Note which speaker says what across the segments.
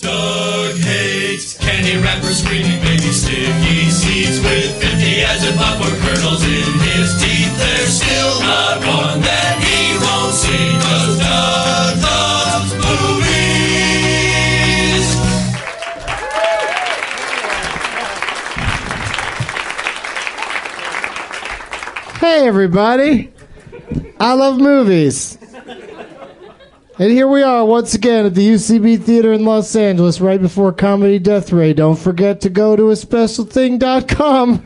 Speaker 1: Doug hates candy wrappers, screaming baby sticky seeds with 50 as if popcorn kernels in his teeth. There's still not one that he won't see, cause Doug loves movies.
Speaker 2: Hey, everybody. I love movies. And here we are once again at the UCB Theater in Los Angeles right before Comedy Death Ray. Don't forget to go to a specialthing.com.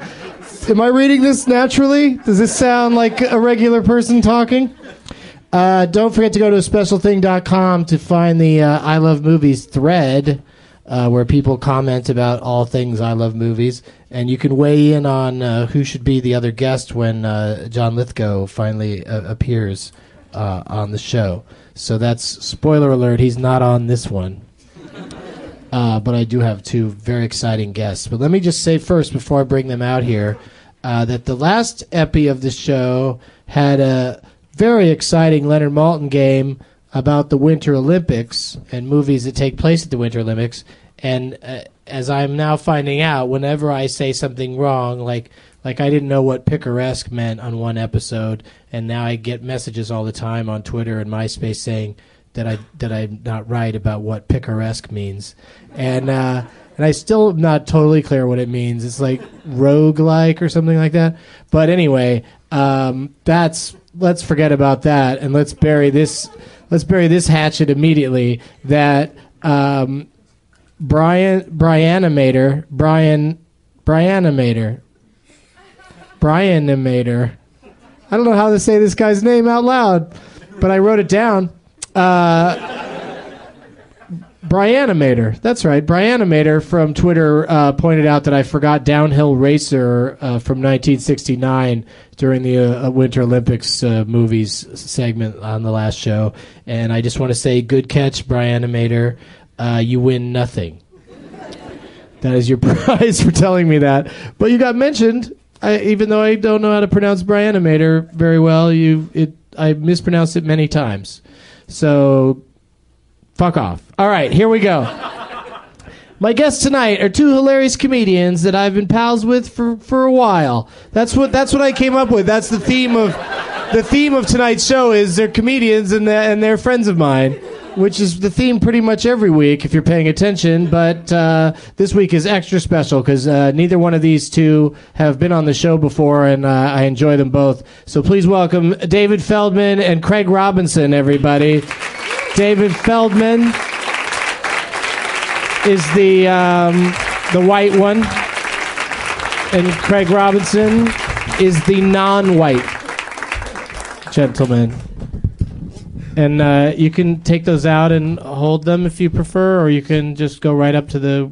Speaker 2: Am I reading this naturally? Does this sound like a regular person talking? Uh, don't forget to go to specialthing.com to find the uh, I Love Movies thread uh, where people comment about all things I Love Movies. And you can weigh in on uh, who should be the other guest when uh, John Lithgow finally uh, appears uh, on the show. So that's spoiler alert, he's not on this one. Uh, but I do have two very exciting guests. But let me just say first, before I bring them out here, uh, that the last epi of the show had a very exciting Leonard Malton game about the Winter Olympics and movies that take place at the Winter Olympics. And uh, as I'm now finding out, whenever I say something wrong, like like I didn't know what picaresque meant on one episode, and now I get messages all the time on Twitter and MySpace saying that I that I'm not right about what picaresque means, and uh, and I still am not totally clear what it means. It's like roguelike or something like that. But anyway, um, that's let's forget about that and let's bury this let's bury this hatchet immediately. That um, Brian Brianimator Brian Brianimator Brianimator. I don't know how to say this guy's name out loud, but I wrote it down.
Speaker 3: Brianimator. That's right. Brianimator from Twitter uh, pointed out that I forgot Downhill Racer uh, from 1969 during the uh, uh, Winter Olympics uh, movies segment on the last show. And I just want to say, good catch, Brianimator. Uh, you win nothing. That is your prize for telling me that. But you got mentioned, I, even though I don't know how to pronounce Brianimator very well. You, it, I mispronounced it many times. So Fuck off. All right, here we go. My guests tonight are two hilarious comedians that I've been pals with for, for a while. That's what that's what I came up with. That's the theme of the theme of tonight's show is they're comedians and they're, and they're friends of mine, which is the theme pretty much every week if you're paying attention. But uh, this week is extra special because uh, neither one of these two have been on the show before, and uh, I enjoy them both. So please welcome David Feldman and Craig Robinson, everybody. David Feldman is the um, the white one, and Craig Robinson is the non-white gentleman. And uh, you can take those out and hold them if you prefer, or you can just go right up to the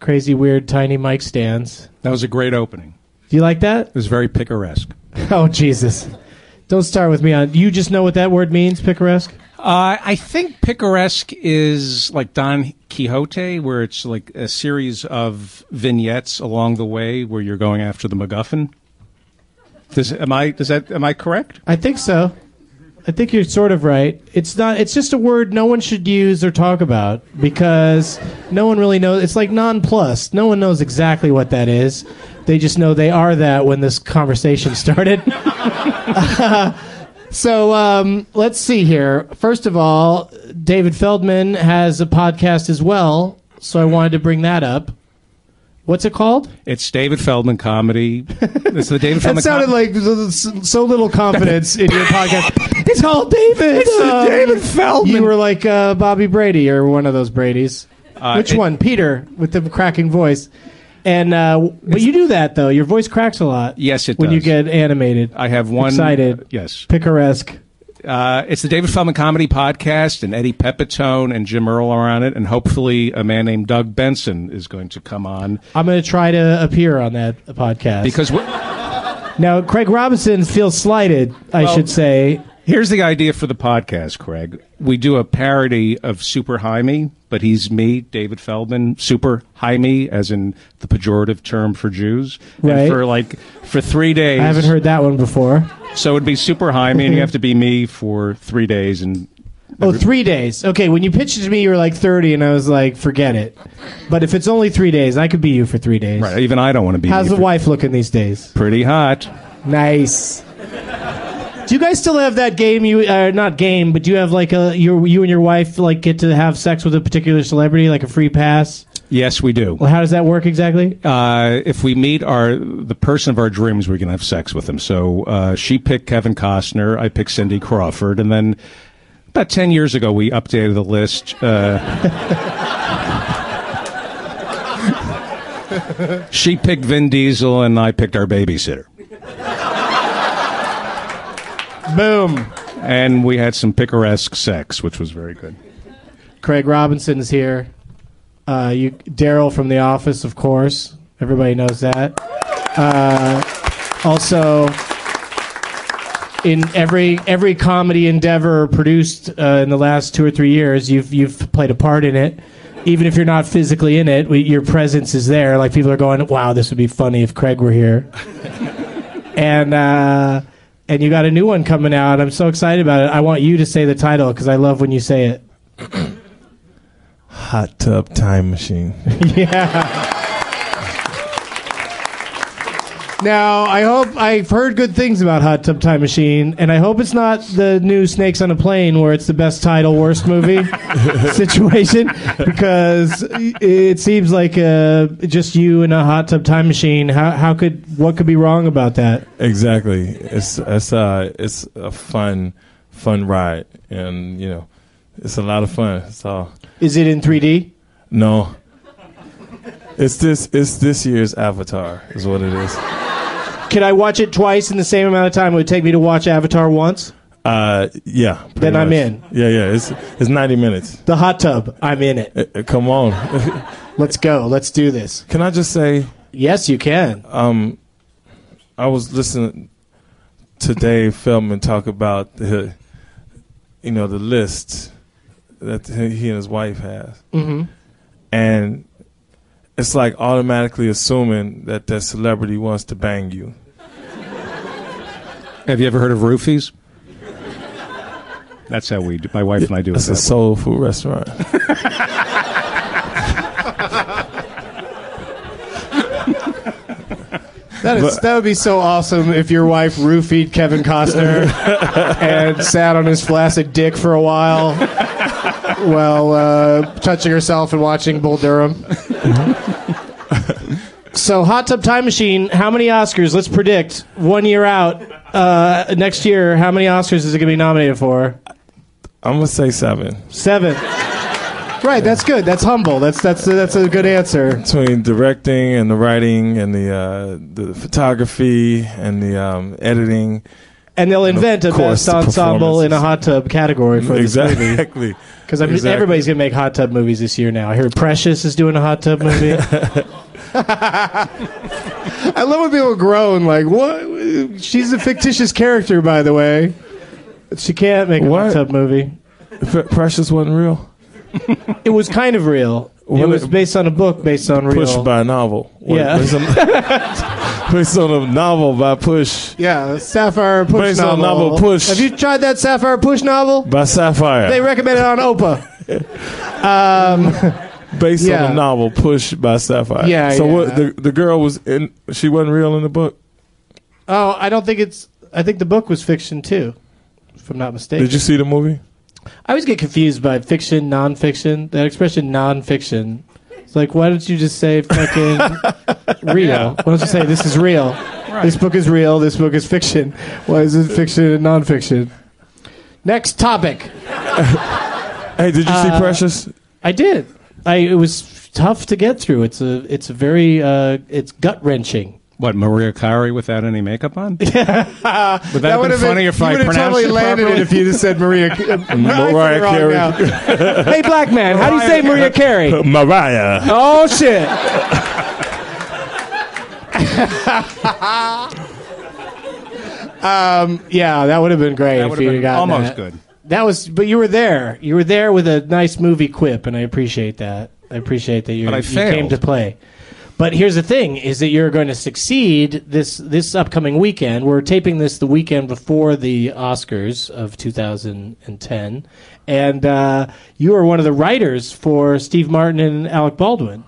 Speaker 3: crazy, weird, tiny mic stands.
Speaker 4: That was a great opening.
Speaker 3: Do you like that?
Speaker 4: It was very picaresque.
Speaker 3: Oh Jesus! Don't start with me on. You just know what that word means, picaresque.
Speaker 4: Uh, I think picaresque is like Don Quixote, where it's like a series of vignettes along the way where you're going after the MacGuffin. Does am I does that am I correct?
Speaker 3: I think so. I think you're sort of right. It's not. It's just a word no one should use or talk about because no one really knows. It's like nonplussed. No one knows exactly what that is. They just know they are that when this conversation started. so um, let's see here. First of all, David Feldman has a podcast as well, so I wanted to bring that up. What's it called?
Speaker 4: It's David Feldman comedy. It's the David Feldman.
Speaker 3: That sounded
Speaker 4: com-
Speaker 3: like so- so little confidence in your podcast. It's called David.
Speaker 4: It's the David Feldman.
Speaker 3: You were like uh, Bobby Brady or one of those Bradys. Which
Speaker 4: Uh, it-
Speaker 3: one? Peter with the cracking voice. And uh, w- but you do that though. Your voice cracks a lot.
Speaker 4: Yes, it
Speaker 3: when you
Speaker 4: does.
Speaker 3: get animated.
Speaker 4: I have one
Speaker 3: excited.
Speaker 4: yes.
Speaker 3: picaresque.
Speaker 4: Uh, it's the David Feldman Comedy Podcast, and Eddie Pepitone and Jim Earle are on it, and hopefully a man named Doug Benson is going to come on
Speaker 3: I'm going to try to appear on that podcast
Speaker 4: because we're,
Speaker 3: now Craig Robinson feels slighted. I should say.
Speaker 4: Here's the idea for the podcast, Craig. We do a parody of Super Jaime, but he's me, David Feldman, Super Jaime, as in the pejorative term for Jews.
Speaker 3: Right.
Speaker 4: And for like for three days.
Speaker 3: I haven't heard that one before.
Speaker 4: So it'd be Super Jaime, and you have to be me for three days. And
Speaker 3: Oh, three days. Okay, when you pitched it to me, you were like 30, and I was like, forget it. But if it's only three days, I could be you for three days.
Speaker 4: right, even I don't want to be.
Speaker 3: How's
Speaker 4: me
Speaker 3: the
Speaker 4: for-
Speaker 3: wife looking these days?
Speaker 4: Pretty hot.
Speaker 3: Nice. Do you guys still have that game? You uh, not game, but do you have like a your you and your wife like get to have sex with a particular celebrity, like a free pass?
Speaker 4: Yes, we do.
Speaker 3: Well, how does that work exactly?
Speaker 4: Uh, if we meet our the person of our dreams, we're gonna have sex with them. So uh, she picked Kevin Costner, I picked Cindy Crawford, and then about ten years ago we updated the list. Uh, she picked Vin Diesel, and I picked our babysitter,
Speaker 3: Boom.
Speaker 4: and we had some picaresque sex, which was very good.
Speaker 3: Craig Robinson's here. Uh, you Daryl from The Office, of course. Everybody knows that. Uh, also, in every every comedy endeavor produced uh, in the last two or three years, you've you've played a part in it. Even if you're not physically in it, we, your presence is there. Like people are going, "Wow, this would be funny if Craig were here." and uh, and you got a new one coming out. I'm so excited about it. I want you to say the title because I love when you say it.
Speaker 5: Hot tub time machine.
Speaker 3: Now, I hope I've heard good things about Hot Tub Time Machine, and I hope it's not the new Snakes on a Plane where it's the best title, worst movie situation, because it seems like uh, just you and a Hot Tub Time Machine. How, how could what could be wrong about that?
Speaker 5: exactly. It's it's uh it's a fun fun ride, and you know, it's a lot of fun. So
Speaker 3: Is it in 3D?
Speaker 5: no, it's this it's this year's Avatar is what it is.
Speaker 3: Could I watch it twice in the same amount of time it would take me to watch Avatar once?
Speaker 5: I, Uh, yeah. pretty
Speaker 3: Then I'm
Speaker 5: much.
Speaker 3: in.
Speaker 5: Yeah, yeah. It's it's 90 minutes.
Speaker 3: The hot tub. I'm in it.
Speaker 5: Uh, uh, Come on.
Speaker 3: Let's go. Let's do this.
Speaker 5: Can I just say
Speaker 3: Yes, you can.
Speaker 5: I was listening to Dave Feldman talk about the, you know, the list that he and his wife has, mm-hmm. and it's like automatically assuming that that celebrity wants to bang you.
Speaker 4: Have you ever heard of roofies? That's how we do. My wife and I do it.
Speaker 5: It's a
Speaker 4: that way.
Speaker 5: soul food restaurant.
Speaker 3: That is that would be so awesome if your wife roofied Kevin Costner and sat on his flaccid dick for a while while uh, touching herself and watching Bull Durham. so, Hot Tub Time Machine, how many Oscars? Let's predict one year out. Uh, next year, how many Oscars is it going to be nominated for?
Speaker 5: I'm gonna say seven
Speaker 3: Seven. Right, that's good. That's humble. That's that's that's a good answer.
Speaker 5: between directing and the writing and the uh, the photography and the um, editing.
Speaker 3: And they'll invent a
Speaker 5: Of course,
Speaker 3: best ensemble in a
Speaker 5: performances.
Speaker 3: hot tub category for this movie.
Speaker 5: Exactly.
Speaker 3: Because I mean,
Speaker 5: Exactly.
Speaker 3: everybody's gonna make hot tub movies this year now. I heard Precious is doing a hot tub movie. I love when people groan like, "What? She's a fictitious character, by the way. She can't make a hot
Speaker 5: What?
Speaker 3: tub movie."
Speaker 5: Pre- Precious wasn't real.
Speaker 3: It was kind of real. it
Speaker 5: Well,
Speaker 3: was
Speaker 5: it-
Speaker 3: based on a book based on real.
Speaker 5: Push by a novel. Wait,
Speaker 3: Yeah.
Speaker 5: Based on, based on a novel by Push
Speaker 3: Yeah, Sapphire Push
Speaker 5: Based on novel Push.
Speaker 3: Have you tried that Sapphire Push novel?
Speaker 5: by Sapphire.
Speaker 3: They recommend it on Opa.
Speaker 5: based on
Speaker 3: yeah.
Speaker 5: a novel Push by Sapphire.
Speaker 3: Yeah,
Speaker 5: So
Speaker 3: yeah.
Speaker 5: what? The, the girl was in. She wasn't real in the book.
Speaker 3: Oh, I don't think it's. I think the book was fiction too, if I'm not mistaken.
Speaker 5: Did you see the movie?
Speaker 3: I always get confused by fiction, nonfiction. That expression, nonfiction. It's like, why don't you just say fucking real? Why don't you say this is real? This book is real. This book is fiction. Why is it fiction and nonfiction? Next topic.
Speaker 5: Hey, did you see
Speaker 3: Uh,
Speaker 5: Precious?
Speaker 3: I did. I it was tough to get through. It's a it's a very uh, it's gut wrenching.
Speaker 4: What Maria Carey without any makeup on? Would that, have been
Speaker 3: would've
Speaker 4: funny if
Speaker 3: you
Speaker 4: I
Speaker 3: would've
Speaker 4: pronounced
Speaker 3: totally
Speaker 4: it
Speaker 3: landed
Speaker 4: properly?
Speaker 3: it if you just said Maria.
Speaker 5: Mariah
Speaker 3: Mariah
Speaker 5: Carey.
Speaker 3: hey, black man, how do you say Maria Carey?
Speaker 5: Mariah.
Speaker 3: Oh shit. um, yeah, that would have been great
Speaker 4: That
Speaker 3: if
Speaker 4: would've
Speaker 3: you
Speaker 4: been
Speaker 3: got
Speaker 4: almost
Speaker 3: that.
Speaker 4: good.
Speaker 3: That was, but you were there. You were there with a nice movie quip, and I appreciate that. I appreciate that you,
Speaker 4: But I
Speaker 3: you came
Speaker 4: failed.
Speaker 3: to play. But here's the thing: is that you're going to succeed this this upcoming weekend. We're taping this the weekend before the Oscars of 2010, and uh, you are one of the writers for Steve Martin and Alec Baldwin,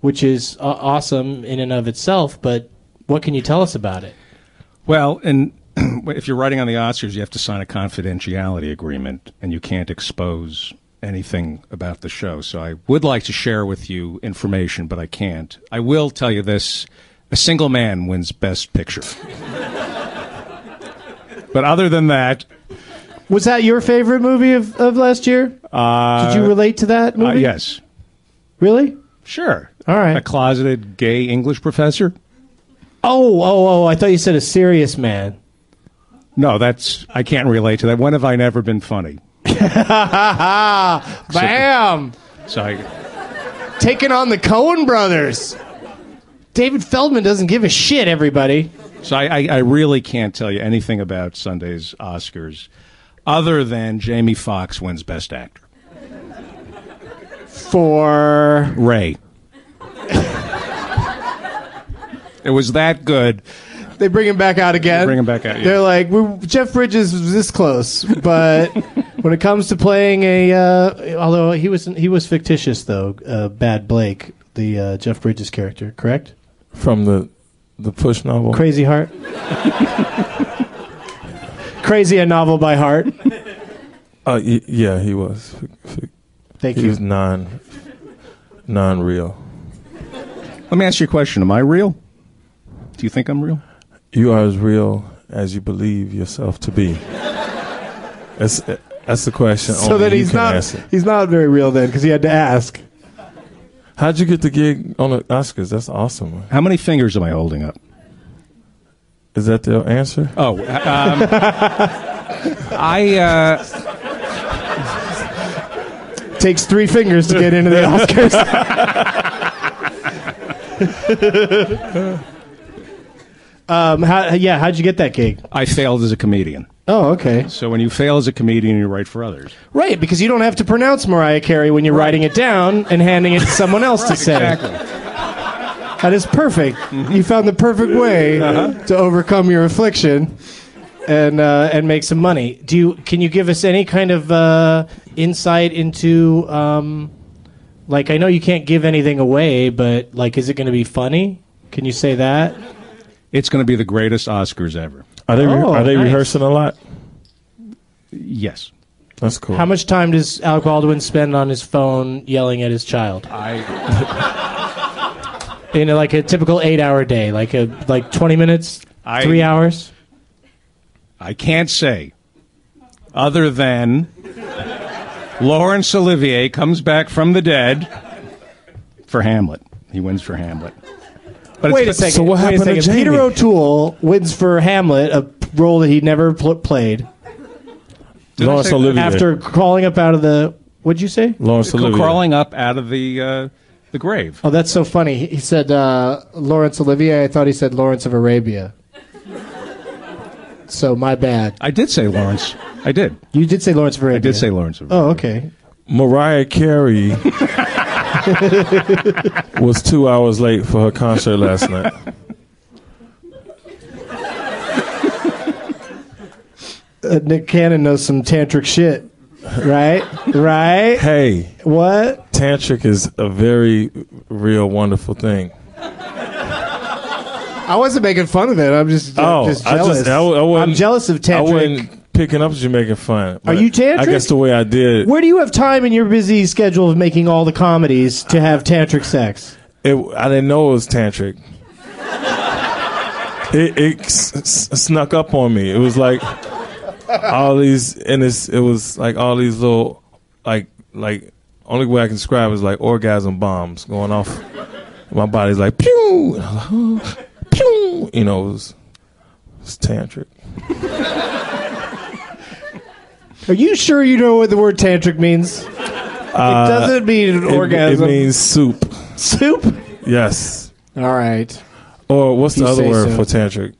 Speaker 3: which is uh, awesome in and of itself. But what can you tell us about it?
Speaker 4: Well, and if you're writing on the Oscars, you have to sign a confidentiality agreement, and you can't expose anything about the show. So I would like to share with you information, but I can't. I will tell you this: a single man wins Best Picture. but other than that,
Speaker 3: Was that your favorite movie of, of last year? Uh, Did you relate to that
Speaker 4: uh,
Speaker 3: movie?
Speaker 4: yes,
Speaker 3: Really?
Speaker 4: sure,
Speaker 3: All right.
Speaker 4: a closeted gay English professor.
Speaker 3: Oh, oh, oh! I thought you said a serious man.
Speaker 4: No, that's I can't relate to that. When have I never been funny?
Speaker 3: Bam!
Speaker 4: So I,
Speaker 3: Taking on the Cohen brothers. David Feldman doesn't give a shit. Everybody.
Speaker 4: so I, I, I really can't tell you anything about Sunday's Oscars, other than Jamie Foxx wins Best Actor.
Speaker 3: For
Speaker 4: Ray. it was that good.
Speaker 3: they bring him back out again.
Speaker 4: They bring him back out, yeah.
Speaker 3: They're like, we Jeff Bridges was this close, but when it comes to playing a, uh, although he was he was fictitious though, uh, Bad Blake, the uh, Jeff Bridges character, correct?
Speaker 5: From the the Push novel.
Speaker 3: Crazy Heart. Crazy, a novel by heart.
Speaker 5: Uh, y- yeah, he was. F- f-
Speaker 3: Thank
Speaker 5: He
Speaker 3: you.
Speaker 5: was non non real.
Speaker 4: Let me ask you a question. Am I real? Do you think I'm real?
Speaker 5: You are as real as you believe yourself to be. That's that's the question.
Speaker 3: So
Speaker 5: only
Speaker 3: that
Speaker 5: you
Speaker 3: he's
Speaker 5: can
Speaker 3: not
Speaker 5: answer.
Speaker 3: he's not very real then because he had to ask.
Speaker 5: How'd you get the gig on the Oscars? That's awesome. man.
Speaker 4: How many fingers am I holding up?
Speaker 5: Is that the answer?
Speaker 4: Oh, um, I uh,
Speaker 3: Takes three fingers to get into the Oscars. um, how, yeah, how'd you get that gig?
Speaker 4: I failed as a comedian.
Speaker 3: Oh, okay.
Speaker 4: So when you fail as a comedian, you write for others.
Speaker 3: Right, because you don't have to pronounce Mariah Carey when you're writing it down and handing it to someone else to say. That is perfect. You found the perfect way to overcome your affliction and uh, and make some money. Do you? Can you give us any kind of uh, insight into? Um, like, I know you can't give anything away, but like, is it going to be funny? Can you say that?
Speaker 4: It's going to be the greatest Oscars ever.
Speaker 5: Are they re-
Speaker 3: Oh,
Speaker 5: are they
Speaker 3: nice.
Speaker 5: rehearsing a lot?
Speaker 4: Yes.
Speaker 5: That's cool.
Speaker 3: How much time does Al Baldwin spend on his phone yelling at his child?
Speaker 4: I
Speaker 3: in a, like a typical eight hour day like a like 20 minutes
Speaker 4: I-
Speaker 3: three hours
Speaker 4: I can't say other than Laurence Olivier comes back from the dead for Hamlet. He wins for Hamlet. But
Speaker 3: wait a
Speaker 4: it's-
Speaker 3: second
Speaker 5: So what
Speaker 3: wait a
Speaker 5: happened to
Speaker 3: second.
Speaker 5: Jamie?
Speaker 3: peter o'toole wins for hamlet a role that he never pl- played
Speaker 4: Did I
Speaker 5: Laurence
Speaker 4: say-
Speaker 5: Olivier.
Speaker 3: after crawling up out of the what'd you say
Speaker 5: Lawrence Olivier.
Speaker 4: crawling up out of the uh, the grave.
Speaker 3: oh that's so funny he, he said uh, lawrence olivier i thought he said lawrence of arabia so my bad
Speaker 4: I did say Lawrence. I did.
Speaker 3: you did say lawrence of arabia
Speaker 4: I did say Lawrence. Of
Speaker 3: oh okay
Speaker 5: Mariah Carey was two hours late for her concert last night.
Speaker 3: uh, nick cannon knows some tantric shit right right
Speaker 5: Hey,
Speaker 3: what
Speaker 5: tantric is a very real, wonderful thing.
Speaker 3: I wasn't making fun of it. I'm just, I'm
Speaker 5: Oh,
Speaker 3: just
Speaker 5: I
Speaker 3: jealous.
Speaker 5: just- I w- I wouldn't-
Speaker 3: am jealous of
Speaker 5: I
Speaker 3: tantric.
Speaker 5: wasn't picking up that you're making fun. but
Speaker 3: you tantric?
Speaker 5: I guess the way I did
Speaker 3: Where do you have time in your busy schedule of making all the comedies to have tantric sex?
Speaker 5: it, I didn't know it was tantric. it it s- s- snuck up on me. It was like all these, and it's, it was like all these little, like like only way I can describe it is like orgasm bombs going off. My body's like pew, and I'm like, "Oh, pew. You know, it was, it was tantric.
Speaker 3: Are you sure you know what the word tantric means? it
Speaker 4: Uh,
Speaker 3: doesn't mean an
Speaker 5: It-
Speaker 3: orgasm.
Speaker 5: It, means soup.
Speaker 3: soup.
Speaker 5: Yes.
Speaker 3: All right.
Speaker 5: Or what's
Speaker 3: You
Speaker 5: the other
Speaker 3: say
Speaker 5: word
Speaker 3: so.
Speaker 5: for tantric?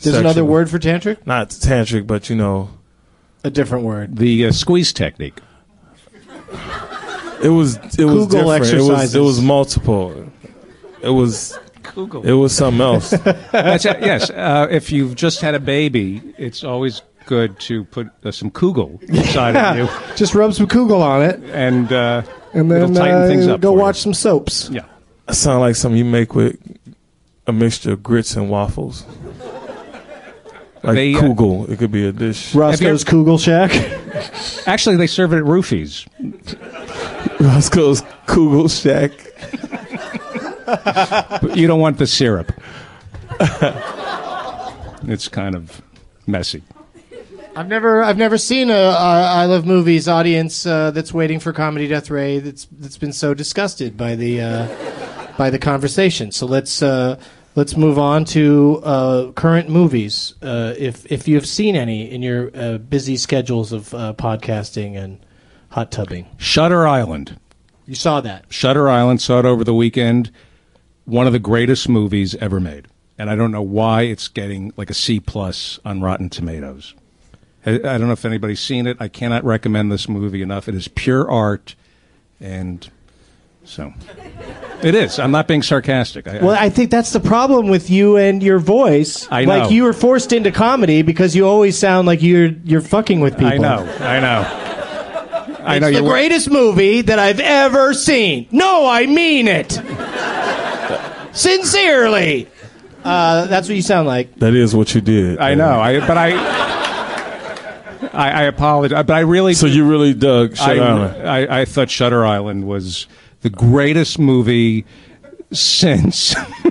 Speaker 3: There's another
Speaker 5: Sexual.
Speaker 3: word for tantric.
Speaker 5: Not tantric, but you know,
Speaker 3: A different word.
Speaker 4: The uh, squeeze technique.
Speaker 5: it was it was
Speaker 3: Google
Speaker 5: different.
Speaker 3: exercises.
Speaker 5: It was it was multiple. It was It was something else.
Speaker 4: That's it. Yes. Uh, if you've just had a baby, it's always good to put uh, some Kugel inside of you,
Speaker 3: Just rub some Kugel on it,
Speaker 4: and uh,
Speaker 3: and then
Speaker 4: it'll tighten
Speaker 3: uh,
Speaker 4: things up.
Speaker 3: go
Speaker 4: for you.
Speaker 3: watch some soaps.
Speaker 4: Yeah.
Speaker 5: It sound like something you make with a mixture of grits and waffles. Like
Speaker 4: They, uh,
Speaker 5: kugel, it could be a dish.
Speaker 3: Roscoe's Kugel Shack.
Speaker 4: Actually, they serve it at Roofies.
Speaker 5: Roscoe's Kugel Shack.
Speaker 4: But you don't want the syrup. it's kind of messy.
Speaker 3: I've never, I've never seen a, a I Love Movies audience uh, that's waiting for Comedy Death Ray that's that's been so disgusted by the uh, by the conversation. So let's uh, let's move on to uh, current movies. Uh, if if you have seen any in your uh, busy schedules of uh, podcasting and hot tubbing,
Speaker 4: Shutter Island.
Speaker 3: you saw that.
Speaker 4: Shutter Island saw it over the weekend. One of the greatest movies ever made, and I don't know why it's getting like a C plus on Rotten Tomatoes. I I don't know if anybody's seen it. I cannot recommend this movie enough. It is pure art, and so it is. I'm not being sarcastic. I,
Speaker 3: Well, I think that's the problem with you and your voice.
Speaker 4: I know.
Speaker 3: Like you were forced into comedy because you always sound like you're you're fucking with people.
Speaker 4: I know. I know. I know
Speaker 3: it's
Speaker 4: you're
Speaker 3: the greatest movie that I've ever seen. No, I mean it. Sincerely. Uh, that's what you sound like.
Speaker 5: That is what you did.
Speaker 4: I know. I but I. I, I apologize, but I really.
Speaker 5: So you really dug Shut Island.
Speaker 4: I, I, I thought Shutter Island was the greatest movie since.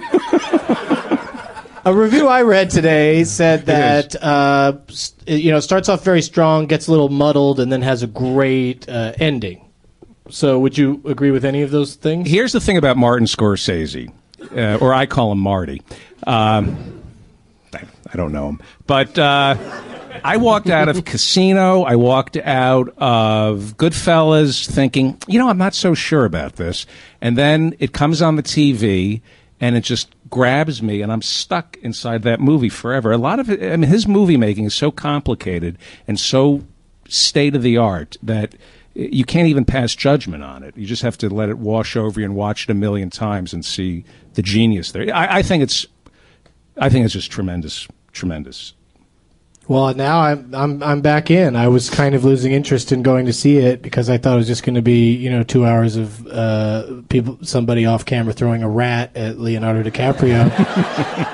Speaker 3: A review I read today said
Speaker 4: It
Speaker 3: that uh, s- you know starts off very strong, gets a little muddled, and then has a great uh, ending. So, would you agree with any of those things?
Speaker 4: Here's the thing about Martin Scorsese, uh, or I call him Marty. Um, I, I don't know him, but uh, I walked out of Casino. I walked out of Goodfellas thinking, you know, I'm not so sure about this. And then it comes on the TV and it just grabs me and I'm stuck inside that movie forever. A lot of it, I mean, his movie making is so complicated and so state of the art that you can't even pass judgment on it. You just have to let it wash over you and watch it a million times and see the genius there. I, I think it's, I think it's just tremendous, tremendous.
Speaker 3: Well, now I'm I'm I'm back in. I was kind of losing interest in going to see it because I thought it was just going to be you know two hours of uh, people somebody off camera throwing a rat at Leonardo DiCaprio,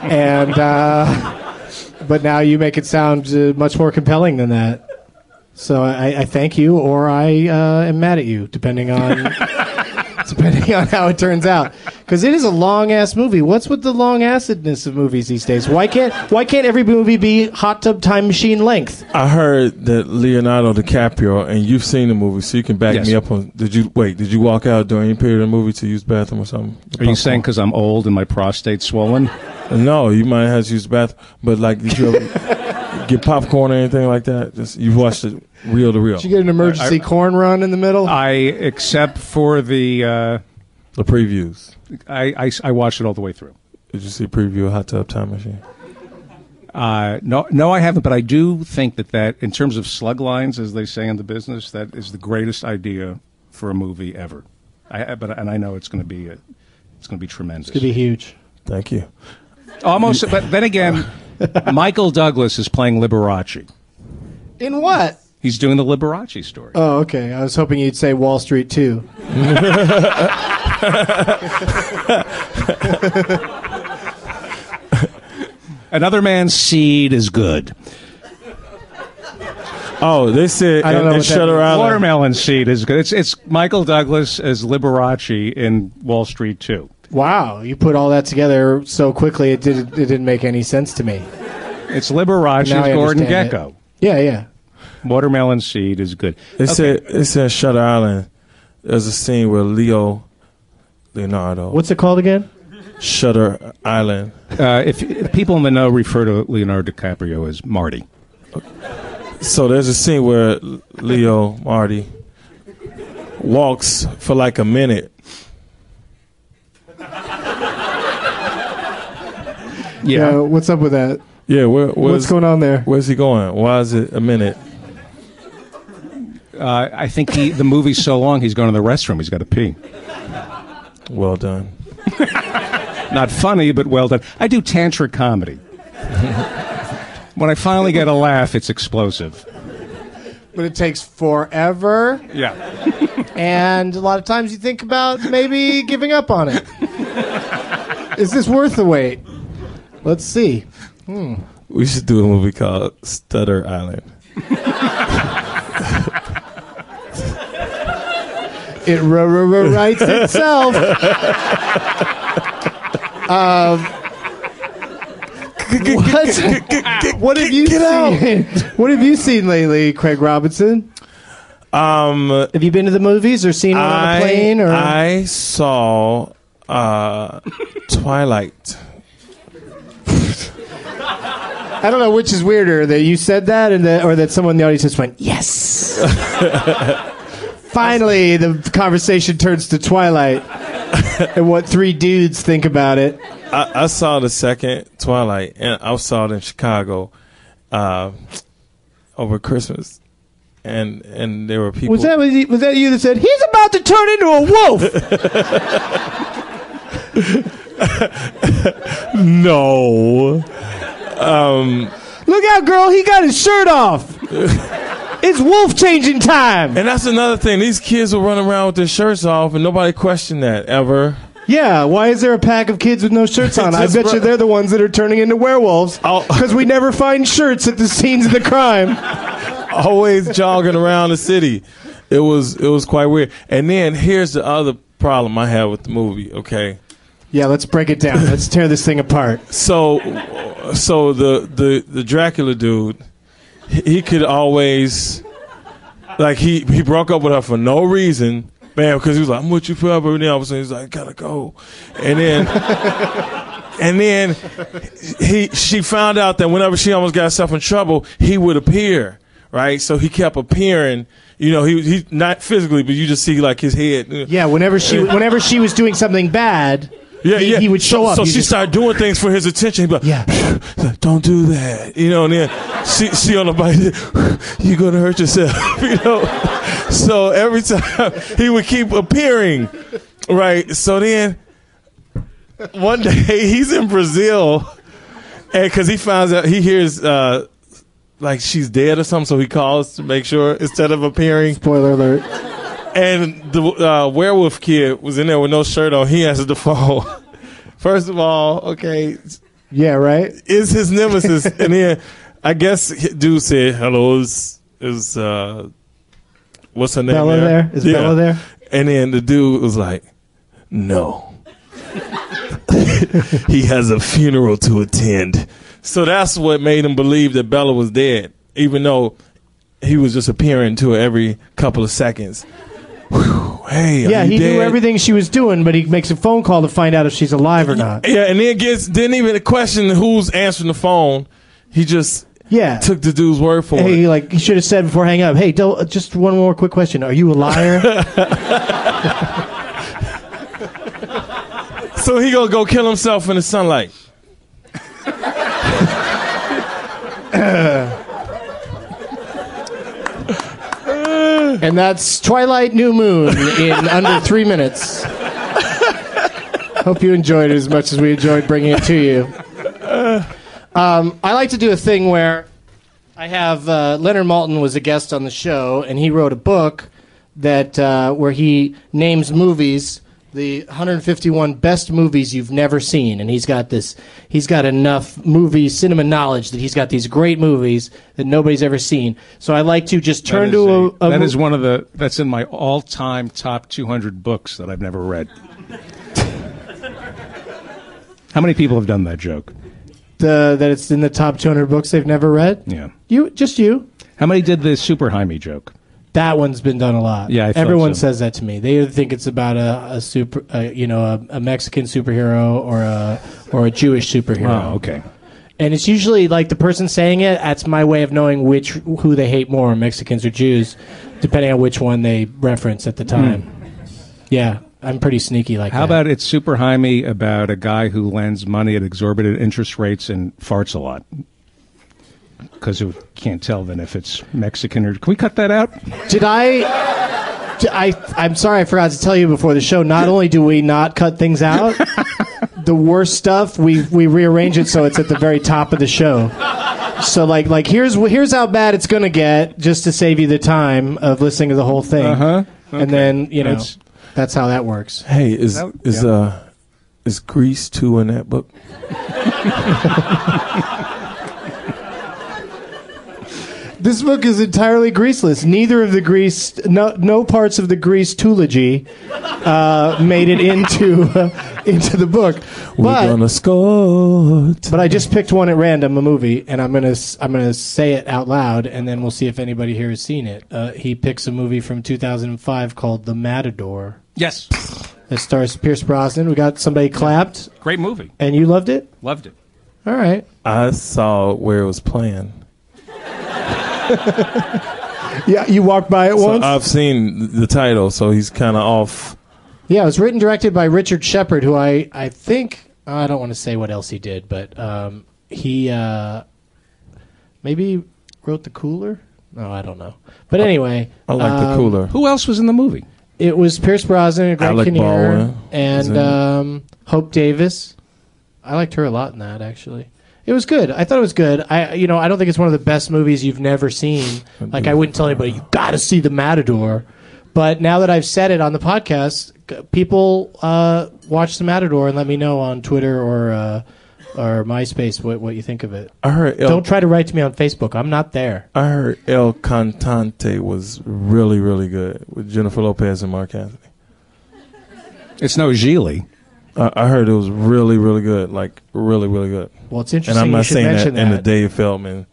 Speaker 3: and uh, but now you make it sound uh, much more compelling than that. So I, I thank you, or I uh, am mad at you, depending on depending on how it turns out. Because it is a long ass movie. What's with the long acidness of movies these days? Why can't why can't every movie be hot tub time machine length?
Speaker 5: I heard that Leonardo DiCaprio, and you've seen the movie, so you can back
Speaker 4: Yes.
Speaker 5: me up on. Did you wait? Did you walk out during any period of the movie to use the bathroom or something?
Speaker 4: Are you saying because I'm old and my prostate's swollen?
Speaker 5: No, you might have to use the bathroom, but like, did you ever get popcorn or anything like that? Just you watched it real to real.
Speaker 3: Did you get an emergency corn run in the middle?
Speaker 4: I, except for the, uh,
Speaker 5: the previews.
Speaker 4: I, I, I watched it all the way through.
Speaker 5: Did you see preview of Hot Tub Time Machine?
Speaker 4: Uh, no, no, I haven't, but I do think that that, in terms of slug lines, as they say in the business, that is the greatest idea for a movie ever. I, I- but and I know it's going to be a, it's going to be tremendous.
Speaker 3: Could be huge.
Speaker 5: Thank you.
Speaker 4: Almost, but then again, Michael Douglas is playing Liberace.
Speaker 3: In what?
Speaker 4: He's doing the Liberace story.
Speaker 3: Oh, okay. I was hoping you'd say Wall Street too.
Speaker 4: Another man's seed is good.
Speaker 5: Oh, they said
Speaker 3: I don't
Speaker 5: and,
Speaker 3: know what
Speaker 5: and
Speaker 3: that
Speaker 5: Shutter
Speaker 3: means.
Speaker 5: Island.
Speaker 4: Watermelon seed is good. It's it's Michael Douglas as Liberace in Wall Street Two.
Speaker 3: Wow, you put all that together so quickly it did it didn't make any sense to me.
Speaker 4: It's Liberace
Speaker 3: Now I
Speaker 4: as Gordon
Speaker 3: understand it.
Speaker 4: Gecko.
Speaker 3: Yeah, yeah.
Speaker 4: Watermelon seed is good.
Speaker 5: It said it said Shutter Island. There's a scene where Leo Leonardo
Speaker 3: What's it called again?
Speaker 5: Shutter Island.
Speaker 4: Uh, if, if people in the know refer to Leonardo DiCaprio as Marty,
Speaker 5: So there's a scene where Leo Marty walks for like a minute.
Speaker 4: yeah,
Speaker 3: Uh, what's up with that?
Speaker 5: Yeah, where,
Speaker 3: What's going on there?
Speaker 5: Where's he going? Why is it a minute?
Speaker 4: uh, I think he, the movie's so long he's going to the restroom. He's got to pee.
Speaker 5: Well done.
Speaker 4: Not funny, but well done. I do tantric comedy. when I finally get a laugh, it's explosive.
Speaker 3: But it takes forever.
Speaker 4: Yeah.
Speaker 3: and a lot of times you think about maybe giving up on it. Is this worth the wait? Let's see.
Speaker 5: We should do a movie called Stutter Island.
Speaker 3: It r- r- r- writes itself. Um, what? what have you seen? What have you seen lately, Craig Robinson?
Speaker 5: Um,
Speaker 3: Have you been to the movies or seen one on a plane? Or
Speaker 5: I saw uh, Twilight.
Speaker 3: I don't know which is weirder that you said that and that, or that someone in the audience just went yes. Finally, the conversation turns to Twilight and what three dudes think about it.
Speaker 5: I, I saw the second Twilight, and I saw it in Chicago uh, over Christmas, and and there were people.
Speaker 3: Was that was, he- was that you that said he's about to turn into a wolf?
Speaker 5: no?
Speaker 3: Look out, girl! He got his shirt off. It's wolf changing time.
Speaker 5: And that's another thing. These kids will run around with their shirts off, and nobody questioned that ever.
Speaker 3: Yeah, why is there a pack of kids with no shirts on? I
Speaker 5: Just
Speaker 3: bet you
Speaker 5: run-
Speaker 3: they're the ones that are turning into werewolves
Speaker 5: Oh.
Speaker 3: because we never find shirts at the scenes of the crime.
Speaker 5: always jogging around the city. It was it was quite weird. And then here's the other problem I have with the movie. Okay,
Speaker 3: Yeah, let's break it down. Let's tear this thing apart.
Speaker 5: so so the the the Dracula dude, he he could always like he he broke up with her for no reason. Man, because he was like, I'm with you forever. And then all of a sudden, he's like, gotta go. And then, And then he she found out that whenever she almost got herself in trouble, he would appear. Right, so he kept appearing. You know, he he not physically, but you just see like his head.
Speaker 3: Yeah, whenever she whenever she was doing something bad,
Speaker 5: Yeah,
Speaker 3: he,
Speaker 5: yeah.
Speaker 3: he would show
Speaker 5: so,
Speaker 3: up.
Speaker 5: So
Speaker 3: He'd
Speaker 5: she
Speaker 3: just-
Speaker 5: started doing things for his attention. He'd be like,
Speaker 3: Yeah.
Speaker 5: don't do that. You know, and then she, she on the bike, you're going to hurt yourself. you know? So every time he would keep appearing, right? So then one day he's in Brazil and because he finds out, he hears uh, like she's dead or something, so he calls to make sure instead of appearing
Speaker 3: Spoiler alert.
Speaker 5: and the uh, werewolf kid was in there with no shirt on. He answered the phone. First of all, okay,
Speaker 3: Yeah, right.
Speaker 5: is his nemesis, and then I guess dude said, "Hello, is is uh, what's her name?"
Speaker 3: Bella there? Is Bella there?
Speaker 5: And then the dude was like, "No." he has a funeral to attend. So that's what made him believe that Bella was dead, even though he was just appearing to her every couple of seconds. Whew, hey, are
Speaker 3: Yeah,
Speaker 5: you
Speaker 3: he knew
Speaker 5: dead?
Speaker 3: everything she was doing, but he makes a phone call to find out if she's alive or not.
Speaker 5: Yeah, and then gets didn't even question who's answering the phone. He just
Speaker 3: Yeah.
Speaker 5: took the dude's word for
Speaker 3: Hey,
Speaker 5: it.
Speaker 3: like he should have said before hang up. Hey, don't, just one more quick question. Are you a liar?
Speaker 5: So he gonna go kill himself in the sunlight.
Speaker 3: and that's Twilight New Moon in under three minutes. Hope you enjoyed it as much as we enjoyed bringing it to you. Um, I like to do a thing where I have uh, Leonard Malton was a guest on the show, and he wrote a book that uh, where he names movies the 151 best movies you've never seen, and he's got this. He's got enough movie cinema knowledge that he's got these great movies that nobody's ever seen. So I like to just turn
Speaker 4: That is
Speaker 3: to a,
Speaker 4: a-
Speaker 3: a
Speaker 4: that
Speaker 3: mo-
Speaker 4: is one of the that's in my all-time top 200 books that I've never read. How many people have done that joke?
Speaker 3: the, that it's in the top 200 books they've never read.
Speaker 4: Yeah.
Speaker 3: You just you.
Speaker 4: How many did the Super Jaime joke?
Speaker 3: That one's been done a lot.
Speaker 4: Yeah, I thought
Speaker 3: everyone
Speaker 4: so.
Speaker 3: says that to me. They either think it's about a, a super, uh you know, a, a Mexican superhero or a or a Jewish superhero.
Speaker 4: Oh, okay.
Speaker 3: And it's usually like the person saying it. That's my way of knowing which who they hate more, Mexicans or Jews, depending on which one they reference at the time. Yeah, I'm pretty sneaky like
Speaker 4: Hmm. How
Speaker 3: that.
Speaker 4: about it's Super Jaime about a guy who lends money at exorbitant interest rates and farts a lot? Because you can't tell then if it's Mexican or. Can we cut that out?
Speaker 3: Did I? d- I am sorry, I forgot to tell you before the show. Not only do we not cut things out, the worst stuff we we rearrange it so it's at the very top of the show. So like like here's wh- here's how bad it's gonna get just to save you the time of listening to the whole thing.
Speaker 4: Uh-huh.
Speaker 3: And then you know
Speaker 4: That's-
Speaker 3: that's, how that works.
Speaker 5: Hey, is
Speaker 4: That-
Speaker 5: is
Speaker 4: yeah.
Speaker 5: uh is Grease two in that book?
Speaker 3: This book is entirely greaseless. Neither of the grease no no parts of the grease trilogy uh, made it into into the book.
Speaker 5: We're
Speaker 3: but,
Speaker 5: gonna score. t-
Speaker 3: But I just picked one at random, a movie, and I'm gonna s- I'm gonna say it out loud, and then we'll see if anybody here has seen it. Uh, he picks a movie from 2005 called The Matador
Speaker 4: Yes.
Speaker 3: that stars Pierce Brosnan. We got somebody clapped,
Speaker 4: Great movie.
Speaker 3: and you loved it.
Speaker 4: Loved it.
Speaker 3: All right,
Speaker 5: I saw where it was playing.
Speaker 3: yeah, you walked by it
Speaker 5: So
Speaker 3: once.
Speaker 5: I've seen the title, so he's kind of off.
Speaker 3: yeah, it was written and directed by Richard Shepard, who I I think I don't want to say what else he did, but um, he uh, maybe wrote The Cooler. No, I don't know. But anyway,
Speaker 5: I like the
Speaker 3: um,
Speaker 5: cooler.
Speaker 4: Who else was in the movie?
Speaker 3: It was Pierce Brosnan and Greg
Speaker 5: Alec
Speaker 3: Kinnear
Speaker 5: Baldwin was in
Speaker 3: and
Speaker 5: it.
Speaker 3: um, Hope Davis. I liked her a lot in that actually. It was good. I thought it was good. I you know, I don't think it's one of the best movies you've never seen. Like I wouldn't tell anybody you got to see The Matador. But now that I've said it on the podcast, g- people uh, watch The Matador and let me know on Twitter or uh, or MySpace what what you think of it.
Speaker 5: I heard El,
Speaker 3: Don't try to write to me on Facebook. I'm not there.
Speaker 5: I heard El Cantante was really really good with Jennifer Lopez and Mark Anthony.
Speaker 4: It's no Gili.
Speaker 5: I, I heard it was really really good, like really really good.
Speaker 3: Well, it's
Speaker 5: And
Speaker 3: interesting.
Speaker 5: I'm
Speaker 3: you
Speaker 5: not
Speaker 3: should
Speaker 5: saying that,
Speaker 3: mention
Speaker 5: in a Dave Feldman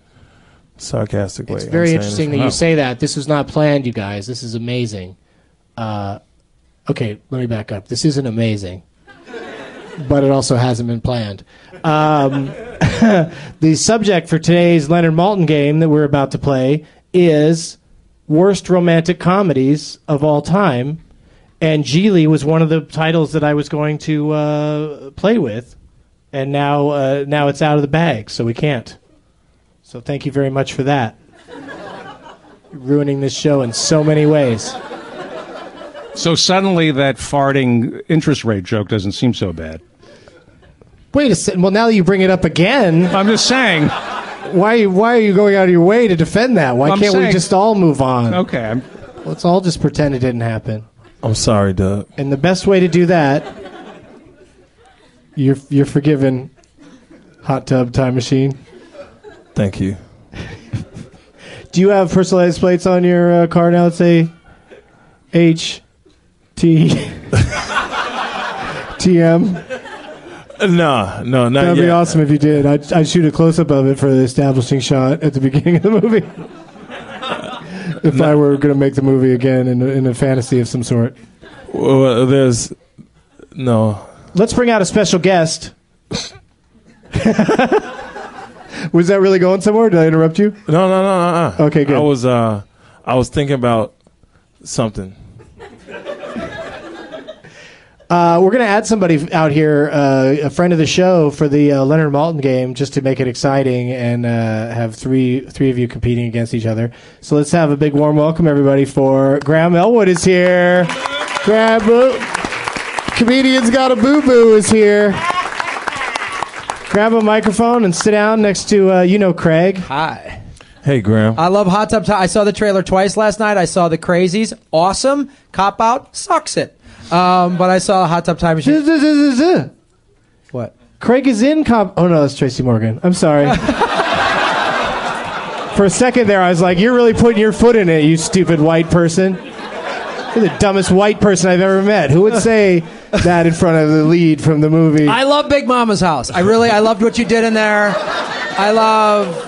Speaker 5: sarcastic way.
Speaker 3: It's
Speaker 5: I'm
Speaker 3: very
Speaker 5: saying
Speaker 3: interesting that
Speaker 5: it's-
Speaker 3: you
Speaker 5: Wow.
Speaker 3: say that. This was not planned, you guys. This is amazing. Uh, okay, let me back up. This isn't amazing. but it also hasn't been planned. Um, the subject for today's Leonard Malton game that we're about to play is worst romantic comedies of all time, and Geely was one of the titles that I was going to uh, play with, and now uh, now it's out of the bag, so we can't. So thank you very much for that. You're ruining this show in so many ways.
Speaker 4: So suddenly that farting interest rate joke doesn't seem so bad.
Speaker 3: Wait a second. Well, now that you bring it up again,
Speaker 4: I'm just saying.
Speaker 3: why why are you going out of your way to defend that? Why
Speaker 4: I'm
Speaker 3: can't we
Speaker 4: saying-
Speaker 3: just all move on?
Speaker 4: Okay. I'm,
Speaker 3: Let's all just pretend it didn't happen.
Speaker 5: I'm sorry, Doug.
Speaker 3: And the best way to do that, you're you're forgiven. Hot tub time machine.
Speaker 5: Thank you.
Speaker 3: Do you have personalized plates on your uh, car now that say H T E T M?
Speaker 5: Uh, Nah, no, not
Speaker 3: That'd
Speaker 5: yet.
Speaker 3: be awesome if you did. I'd, I'd shoot a close up of it for the establishing shot at the beginning of the movie. if I were going to make the movie again in, a- in a fantasy of some sort.
Speaker 5: Well, well, there's no.
Speaker 3: Let's bring out a special guest. Was that really going somewhere? Did I interrupt you?
Speaker 5: No, no, no, uh, uh.
Speaker 3: Okay, good.
Speaker 5: I was, uh, I was thinking about something.
Speaker 3: Uh, we're going to add somebody out here, uh, a friend of the show, for the uh, Leonard Malton game, just to make it exciting and uh, have three three of you competing against each other. So let's have a big warm welcome, everybody, for Graham Elwood is here. Graham, boo- comedian's got a boo boo is here. Grab a microphone and sit down next to uh, you know Craig.
Speaker 6: Hi.
Speaker 5: Hey,
Speaker 3: Uh,
Speaker 5: Graham.
Speaker 6: I love Hot Tub Time. I saw the trailer twice last night. I saw The Crazies. Awesome. Cop Out. Sucks it. Um, but I saw Hot Tub Time Machine.
Speaker 3: Craig
Speaker 6: What?
Speaker 3: is in comp. Oh no, that's Tracy Morgan. I'm sorry. For a second there, I was like, "You're really putting your foot in it, you stupid white person. You're the dumbest white person I've ever met. Who would say that in front of the lead from the movie?"
Speaker 6: I love Big Mama's House. I really, I loved what you did in there. I love.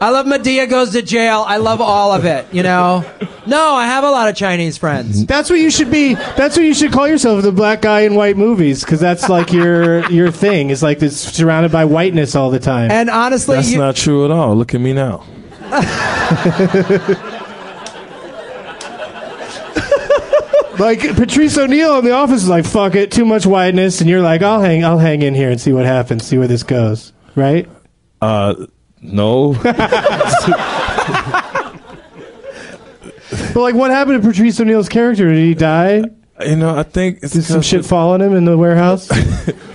Speaker 6: I love Medea goes to jail. I love all of it, you know. No, I have a lot of Chinese friends.
Speaker 3: that's what you should be. That's what you should call yourself, the black guy in white movies, because that's like your your thing. It's like this surrounded by whiteness all the time.
Speaker 6: And honestly,
Speaker 5: That's
Speaker 6: you,
Speaker 5: not true at all. Look at me now.
Speaker 3: like Patrice O'Neill in the office is like, "Fuck it, too much whiteness," and you're like, "I'll hang, I'll hang in here and see what happens, see where this goes." Right?
Speaker 5: Uh, no.
Speaker 3: But like, what happened to Patrice O'Neill's character? Did he die?
Speaker 5: you know, I think it's
Speaker 3: Did some
Speaker 5: because
Speaker 3: shit fall on him in the warehouse?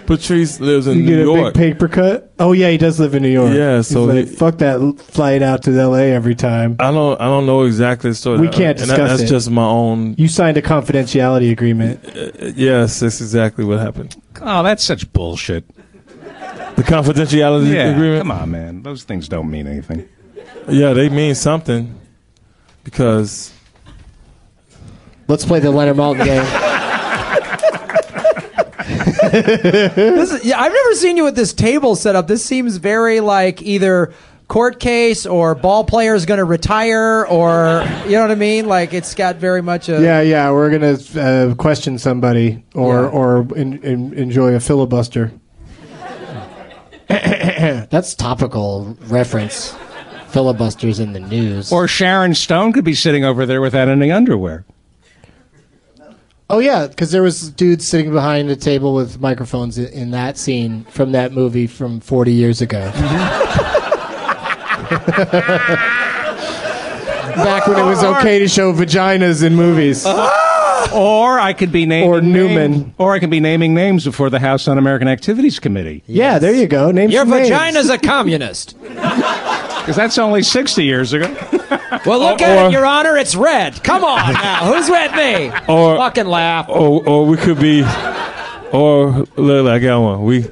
Speaker 5: Patrice lives in
Speaker 3: You
Speaker 5: New
Speaker 3: get a
Speaker 5: York.
Speaker 3: big paper cut. Oh yeah, he does live in New York.
Speaker 5: Yeah, so
Speaker 3: He's like,
Speaker 5: he-
Speaker 3: fuck that l- flight out to L.A. every time.
Speaker 5: I don't. I don't know exactly the story.
Speaker 3: We can't
Speaker 5: And
Speaker 3: discuss
Speaker 5: That's
Speaker 3: it.
Speaker 5: just my own.
Speaker 3: You signed a confidentiality agreement.
Speaker 5: Yes, that's exactly what happened.
Speaker 4: oh, that's such bullshit.
Speaker 5: The confidentiality
Speaker 4: Yeah.
Speaker 5: agreement.
Speaker 4: Come on, man. Those things don't mean anything.
Speaker 5: Yeah, they mean something because
Speaker 3: Let's play the Leonard Maltin game.
Speaker 6: this is, yeah, I've never seen you with this table set up. This seems very like either court case or ball player is going to retire or you know what I mean. Like it's got very much a
Speaker 3: yeah, yeah, we're gonna uh, question somebody or
Speaker 6: Yeah.
Speaker 3: or in, in, enjoy a filibuster.
Speaker 7: That's topical reference. Filibusters in the news.
Speaker 4: Or Sharon Stone could be sitting over there without any underwear.
Speaker 7: oh yeah, because there was dudes sitting behind a table with microphones i- in that scene from that movie from 40 years ago. Mm-hmm.
Speaker 3: Back when it was okay to show vaginas in movies.
Speaker 7: Uh-huh.
Speaker 4: Or I could be naming
Speaker 3: Or Newman.
Speaker 4: name- or I could be naming names before the House Un-American Activities Committee
Speaker 3: Yeah, there you go. Name
Speaker 6: Your
Speaker 3: some names.
Speaker 6: vagina's a communist.
Speaker 4: because that's only sixty years ago.
Speaker 6: Well, look
Speaker 5: Or-
Speaker 6: at
Speaker 5: or-
Speaker 6: it, Your Honor. It's red. Come on now. Who's with me?
Speaker 5: Or-
Speaker 6: Fucking laugh.
Speaker 5: or or we could be or look, I got one. We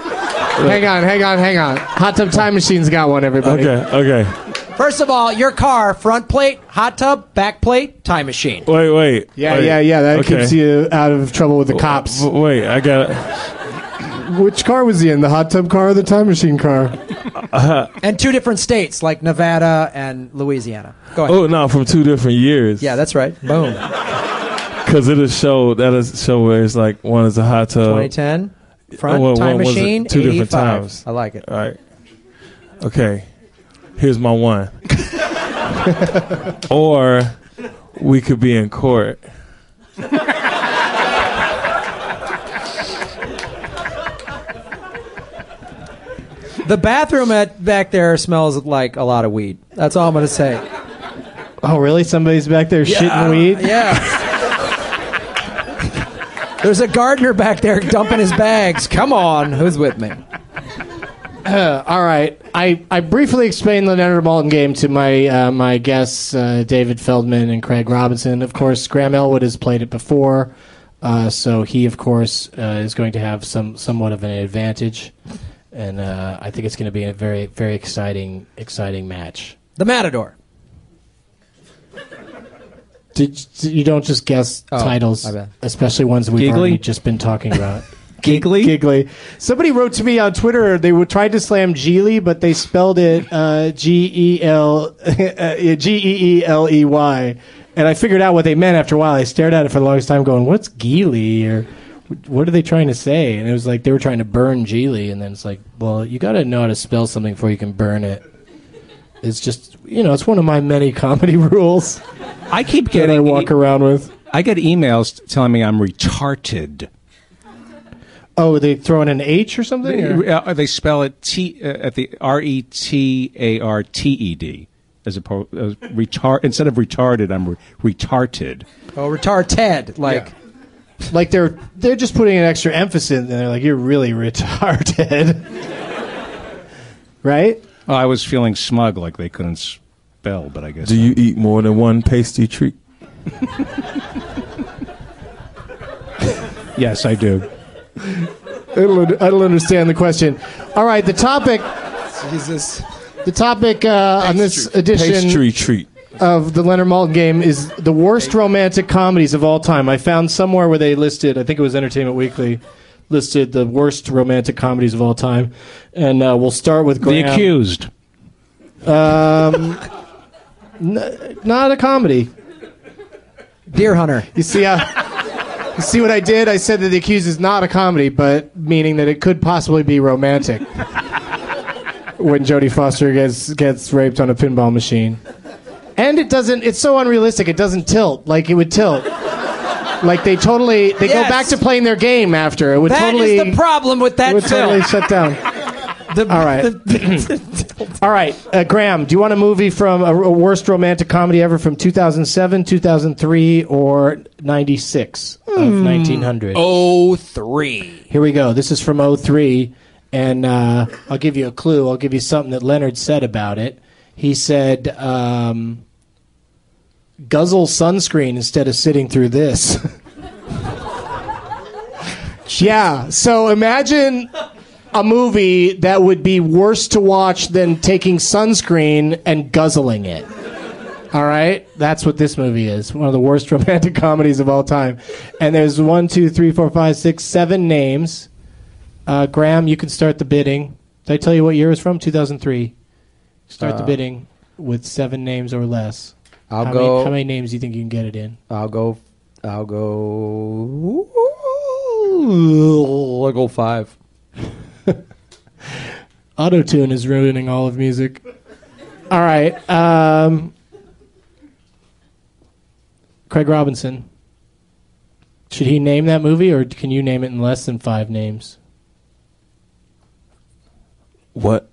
Speaker 3: Hang on, hang on, hang on. Hot Tub Time Machine's got one, everybody.
Speaker 5: okay okay.
Speaker 6: First of all, your car, front plate, hot tub, back plate, time machine.
Speaker 5: Wait wait.
Speaker 3: Yeah,
Speaker 5: wait.
Speaker 3: yeah, yeah. That
Speaker 5: Okay.
Speaker 3: keeps you out of trouble with the cops.
Speaker 5: W- Wait, I got.
Speaker 3: Which car was he in? The hot tub car or the time machine car?
Speaker 6: And two different states like Nevada and Louisiana. Go ahead.
Speaker 5: Oh no, from two different years.
Speaker 6: Yeah, that's right. Boom.
Speaker 5: because it'll show that'll show where it's like one is a hot tub.
Speaker 6: 2010. Front
Speaker 5: What-
Speaker 6: time
Speaker 5: what was it?
Speaker 6: machine.
Speaker 5: Two different
Speaker 6: 85.
Speaker 5: times.
Speaker 6: I like it.
Speaker 5: All right. Okay. Here's my one. or we could be in court.
Speaker 6: The bathroom at back there smells like a lot of weed. That's all I'm gonna say.
Speaker 3: Oh, really? Somebody's back there shitting weed?
Speaker 6: Yeah. There's a gardener back there dumping his bags. Come on, who's with me?
Speaker 3: All right. I, I briefly explained the Leonard Maltin game to my uh, my guests, uh, David Feldman and Craig Robinson. Of course, Graham Elwood has played it before, uh, so he, of course, uh, is going to have some somewhat of an advantage. And uh, I think it's going to be a very, very exciting, exciting match.
Speaker 6: The Matador.
Speaker 3: Did, you don't just guess
Speaker 6: Oh,
Speaker 3: titles,
Speaker 6: my bad.
Speaker 3: especially ones we've
Speaker 4: Giggly?
Speaker 3: already just been talking about.
Speaker 6: Giggly?
Speaker 3: Giggly. Somebody wrote to me on Twitter. They would tried to slam Geely, but they spelled it uh, G E L G E E L E Y, and I figured out what they meant after a while. I stared at it for the longest time, going, "What's Geely?" or "What are they trying to say?" And it was like they were trying to burn Geely, and then it's like, "Well, you got to know how to spell something before you can burn it." It's just, you know, it's one of my many comedy rules
Speaker 4: I keep
Speaker 3: that
Speaker 4: getting. e-
Speaker 3: I walk around with.
Speaker 4: I get emails telling me I'm retarded.
Speaker 3: Oh, they throw in an H or something? or-
Speaker 4: Uh, They spell it T uh, at the R E T A R T E D as opposed uh, retard instead of retarded. I'm re- retarded.
Speaker 6: Oh, retard Ted. Like,
Speaker 3: like they're they're just putting an extra emphasis in there like you're really retarded right
Speaker 4: Oh, I was feeling smug, like they couldn't spell, but I guess.
Speaker 5: Do you eat more than one pasty treat?
Speaker 4: yes, I do.
Speaker 3: I don't, I don't understand the question all right the topic
Speaker 6: Jesus.
Speaker 3: the topic uh, on this edition
Speaker 5: Pastry treat.
Speaker 3: of the Leonard Maltin game is the worst romantic comedies of all time. I found somewhere where they listed, I think it was Entertainment Weekly, listed the worst romantic comedies of all time. And uh, we'll start with
Speaker 4: The
Speaker 3: Graham.
Speaker 4: accused.
Speaker 3: Not a comedy.
Speaker 6: Deer Hunter.
Speaker 3: You see how? You see what I did? I said that The Accused is not a comedy, but meaning that it could possibly be romantic. when Jodie Foster gets gets raped on a pinball machine, and it doesn't. It's so unrealistic. It doesn't tilt like it would tilt. Like they totally they
Speaker 6: Yes.
Speaker 3: go back to playing their game after it would
Speaker 6: That is
Speaker 3: totally
Speaker 6: the problem with
Speaker 3: it
Speaker 6: that
Speaker 3: would
Speaker 6: film.
Speaker 3: totally shut down.
Speaker 6: The-
Speaker 3: All right.
Speaker 6: the-
Speaker 3: All right, uh, Graham, do you want a movie from a, a worst romantic comedy ever from 2007, 2003, or 96
Speaker 6: Hmm.
Speaker 3: of 1900?
Speaker 6: oh, three.
Speaker 3: Here we go. This is from 03, and uh, I'll give you a clue. I'll give you something that Leonard said about it. He said, um, guzzle sunscreen instead of sitting through this. yeah, so imagine a movie that would be worse to watch than taking sunscreen and guzzling it. All right, that's what this movie is. One of the worst romantic comedies of all time. And there's one, two, three, four, five, six, seven names. Uh, Graham, you can start the bidding. Did I tell you what year it's from? 2003. Start the bidding with seven names or less.
Speaker 6: Uh, I'll
Speaker 3: how
Speaker 6: go.
Speaker 3: Many, how many names do you think you can get it in?
Speaker 6: I'll go. I'll go. I'll go five.
Speaker 3: Autotune is ruining all of music. All right. Um, Craig Robinson. Should he name that movie, or can you name it in less than five names?
Speaker 5: What?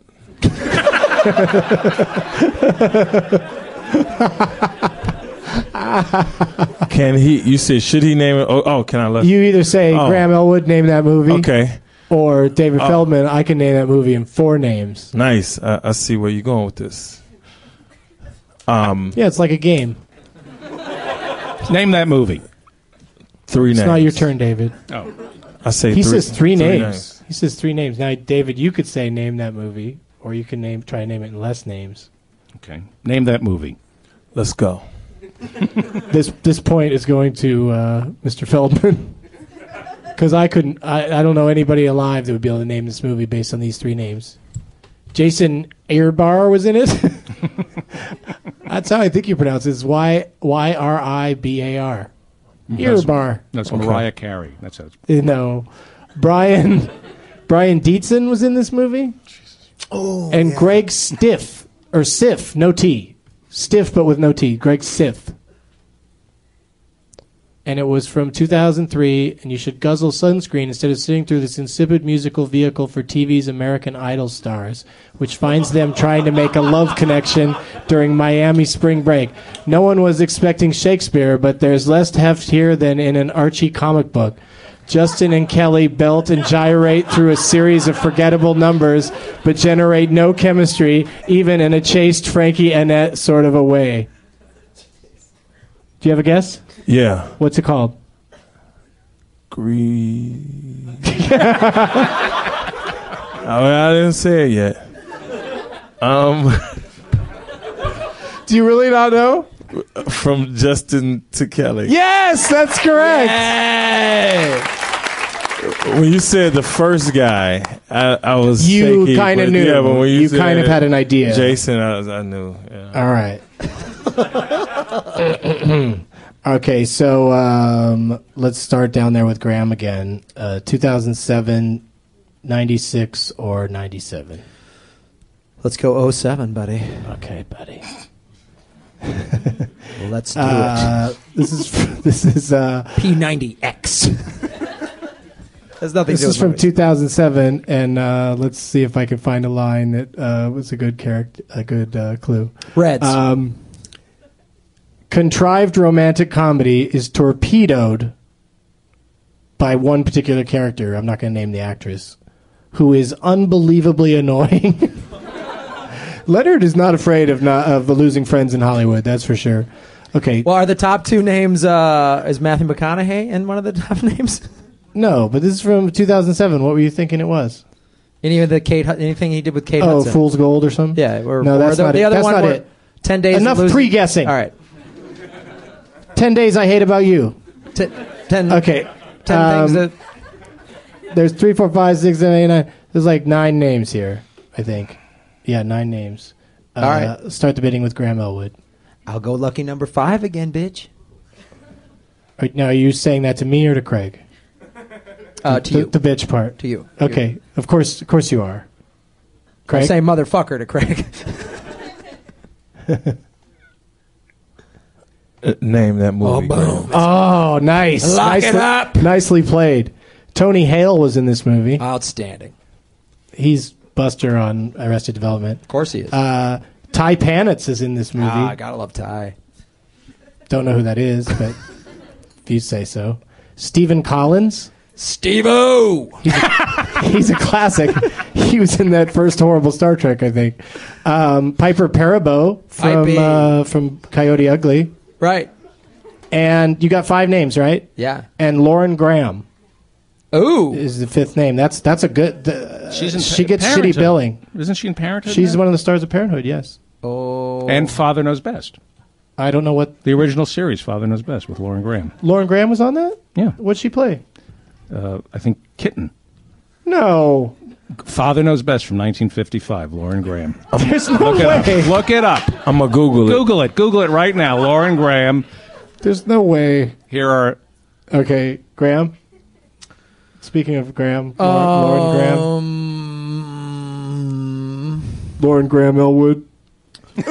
Speaker 5: can he? You said should he name it? Oh, oh can I let?
Speaker 3: You either say
Speaker 5: Oh.
Speaker 3: Graham Elwood name that movie,
Speaker 5: okay, Oh.
Speaker 3: or David Feldman. I can name that movie in four names.
Speaker 5: nice. I, I see where you're going with this. Mm.
Speaker 3: Yeah, it's like a game.
Speaker 4: Name that movie.
Speaker 5: Three
Speaker 3: It's
Speaker 5: names.
Speaker 3: not your turn, David.
Speaker 5: I say
Speaker 3: He
Speaker 5: three,
Speaker 3: says three, names. He says three names. Now, David, you could say name that movie, or you can name try and name it in less names.
Speaker 4: Okay. Name that movie.
Speaker 5: Let's go.
Speaker 3: This this point is going to uh, Mr. Feldman. Because I couldn't, I, I don't know anybody alive that would be able to name this movie based on these three names. Jason Airbar was in it. That's how I think you pronounce it. It's Y Y R I B A R. Earbar.
Speaker 4: That's Mariah Carey. That's how it's
Speaker 3: No. Brian Brian Dietzen was in this movie. Oh, and Greg Stiff or Sif, no T, Stiff but with no T. Greg Sif. And it was from 2003, and you should guzzle sunscreen instead of sitting through this insipid musical vehicle for TV's American Idol stars, which finds them trying to make a love connection during Miami spring break. No one was expecting Shakespeare, but there's less heft here than in an Archie comic book. Justin and Kelly belt and gyrate through a series of forgettable numbers, but generate no chemistry, even in a chaste Frankie Annette sort of a way. Do you have a guess?
Speaker 5: Yeah.
Speaker 3: What's it called?
Speaker 5: Green. I, I didn't say it yet. Um,
Speaker 3: Do you really not know?
Speaker 5: from Justin to Kelly.
Speaker 3: Yes, that's correct.
Speaker 5: When you said the first guy, I, I was
Speaker 3: You
Speaker 5: shaky,
Speaker 3: kinda
Speaker 5: but
Speaker 3: knew.
Speaker 5: Yeah, but when you
Speaker 3: You
Speaker 5: said
Speaker 3: kind of had an idea.
Speaker 5: Jason, I, was- I knew. Yeah.
Speaker 3: All right. okay, so um, let's start down there with Graham again. Uh, 2007, 96, or 97.
Speaker 6: Let's go 07, buddy.
Speaker 3: Okay, buddy.
Speaker 6: Well, let's do
Speaker 3: Uh, this is this is uh,
Speaker 6: it. P90X. There's nothing
Speaker 3: this
Speaker 6: to do
Speaker 3: is
Speaker 6: with
Speaker 3: from
Speaker 6: movies.
Speaker 3: 2007, and uh, let's see if I can find a line that uh, was a good character, a good uh, clue.
Speaker 6: Reds.
Speaker 3: Um, contrived romantic comedy is torpedoed by one particular character. I'm not going to name the actress, who is unbelievably annoying. Leonard is not afraid of not, of losing friends in Hollywood. That's for sure. Okay,
Speaker 6: well, are the top two names, uh, is Matthew McConaughey in one of the top names?
Speaker 3: no, but this is from 2007. What were you thinking it was?
Speaker 6: Any of the Kate, Hud- anything he did with Kate
Speaker 3: Oh,
Speaker 6: Hudson?
Speaker 3: Fool's Gold or something?
Speaker 6: Yeah. Or,
Speaker 3: no,
Speaker 6: or
Speaker 3: that's
Speaker 6: the,
Speaker 3: not
Speaker 6: the
Speaker 3: it.
Speaker 6: other
Speaker 3: that's
Speaker 6: one
Speaker 3: not
Speaker 6: where
Speaker 3: it.
Speaker 6: 10 days.
Speaker 3: Enough
Speaker 6: losing-
Speaker 3: pre-guessing.
Speaker 6: All right.
Speaker 3: Ten Days I Hate About You.
Speaker 6: T- 10,
Speaker 3: Okay.
Speaker 6: 10 things
Speaker 3: um,
Speaker 6: that.
Speaker 3: There's three, four, five, six, seven, eight, nine. There's like nine names here, I think. Yeah, nine names. Uh,
Speaker 6: All right.
Speaker 3: Start the bidding with Graham Elwood.
Speaker 6: I'll go lucky number five again, bitch.
Speaker 3: Are- Now, are you saying that to me or to Craig?
Speaker 6: Uh, to
Speaker 3: the,
Speaker 6: you.
Speaker 3: the bitch part.
Speaker 6: to you.
Speaker 3: Okay. Of course, of course you are.
Speaker 6: I
Speaker 3: Craig.
Speaker 6: say motherfucker to Craig.
Speaker 5: Uh, Name that movie. girl.
Speaker 3: Oh, nice.
Speaker 6: Lock it
Speaker 3: nicely,
Speaker 6: up.
Speaker 3: Nicely played. Tony Hale was in this movie.
Speaker 6: Outstanding.
Speaker 3: He's Buster on Arrested Development.
Speaker 6: Of course he is.
Speaker 3: Uh, Ty Panitz is in this movie.
Speaker 6: ah, gotta love Ty.
Speaker 3: Don't know who that is, but if you say so. Stephen Collins.
Speaker 6: Steve O.
Speaker 3: He's a classic. he was in that first horrible Star Trek, I think. Um, Piper Perabo from
Speaker 6: Pipey.
Speaker 3: uh, from Coyote Ugly,
Speaker 6: Right.
Speaker 3: and you got five names right.
Speaker 6: Yeah.
Speaker 3: And Lauren Graham
Speaker 6: Ooh.
Speaker 3: is the fifth name. That's that's a good. The,
Speaker 4: She's in
Speaker 3: she
Speaker 4: Pa-
Speaker 3: gets shitty
Speaker 4: Parenthood.
Speaker 3: billing.
Speaker 4: uh, Isn't she in Parenthood?
Speaker 3: She's
Speaker 4: now?
Speaker 3: one of the stars of Parenthood. Yes.
Speaker 6: Oh.
Speaker 4: And Father Knows Best.
Speaker 3: I don't know what
Speaker 4: The original series, Father Knows Best, with Lauren Graham.
Speaker 3: Lauren Graham was on that.
Speaker 4: Yeah.
Speaker 3: What'd she play?
Speaker 4: Uh, I think Kitten.
Speaker 3: No,
Speaker 4: Father Knows Best from 1955, Lauren Graham.
Speaker 3: there's no
Speaker 4: Look it up.
Speaker 3: way.
Speaker 4: Look it up.
Speaker 5: I'm going to Google it.
Speaker 4: Google it. Google it right now. Lauren Graham.
Speaker 3: There's no way.
Speaker 4: Here are.
Speaker 3: Okay, Graham. Speaking of Graham, Lauren, Lauren Graham,
Speaker 6: Um,
Speaker 3: Lauren Graham Elwood. Uh,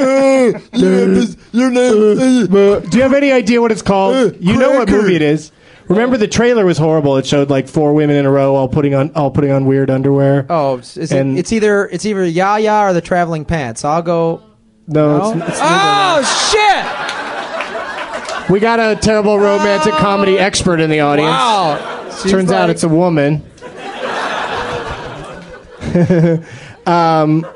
Speaker 3: do you have any idea what it's called? you know what movie it is. Remember the trailer was horrible. It showed like four women in a row all putting on all putting on weird underwear.
Speaker 6: oh, is it,
Speaker 3: And-
Speaker 6: it's either it's either Yaya or the traveling pants. I'll go.
Speaker 3: no,
Speaker 6: Oh,
Speaker 3: It's, it's,
Speaker 6: shit!
Speaker 3: we got a terrible romantic comedy expert in the audience.
Speaker 6: Wow. She's
Speaker 3: Turns out
Speaker 6: like-
Speaker 3: it's a woman. um,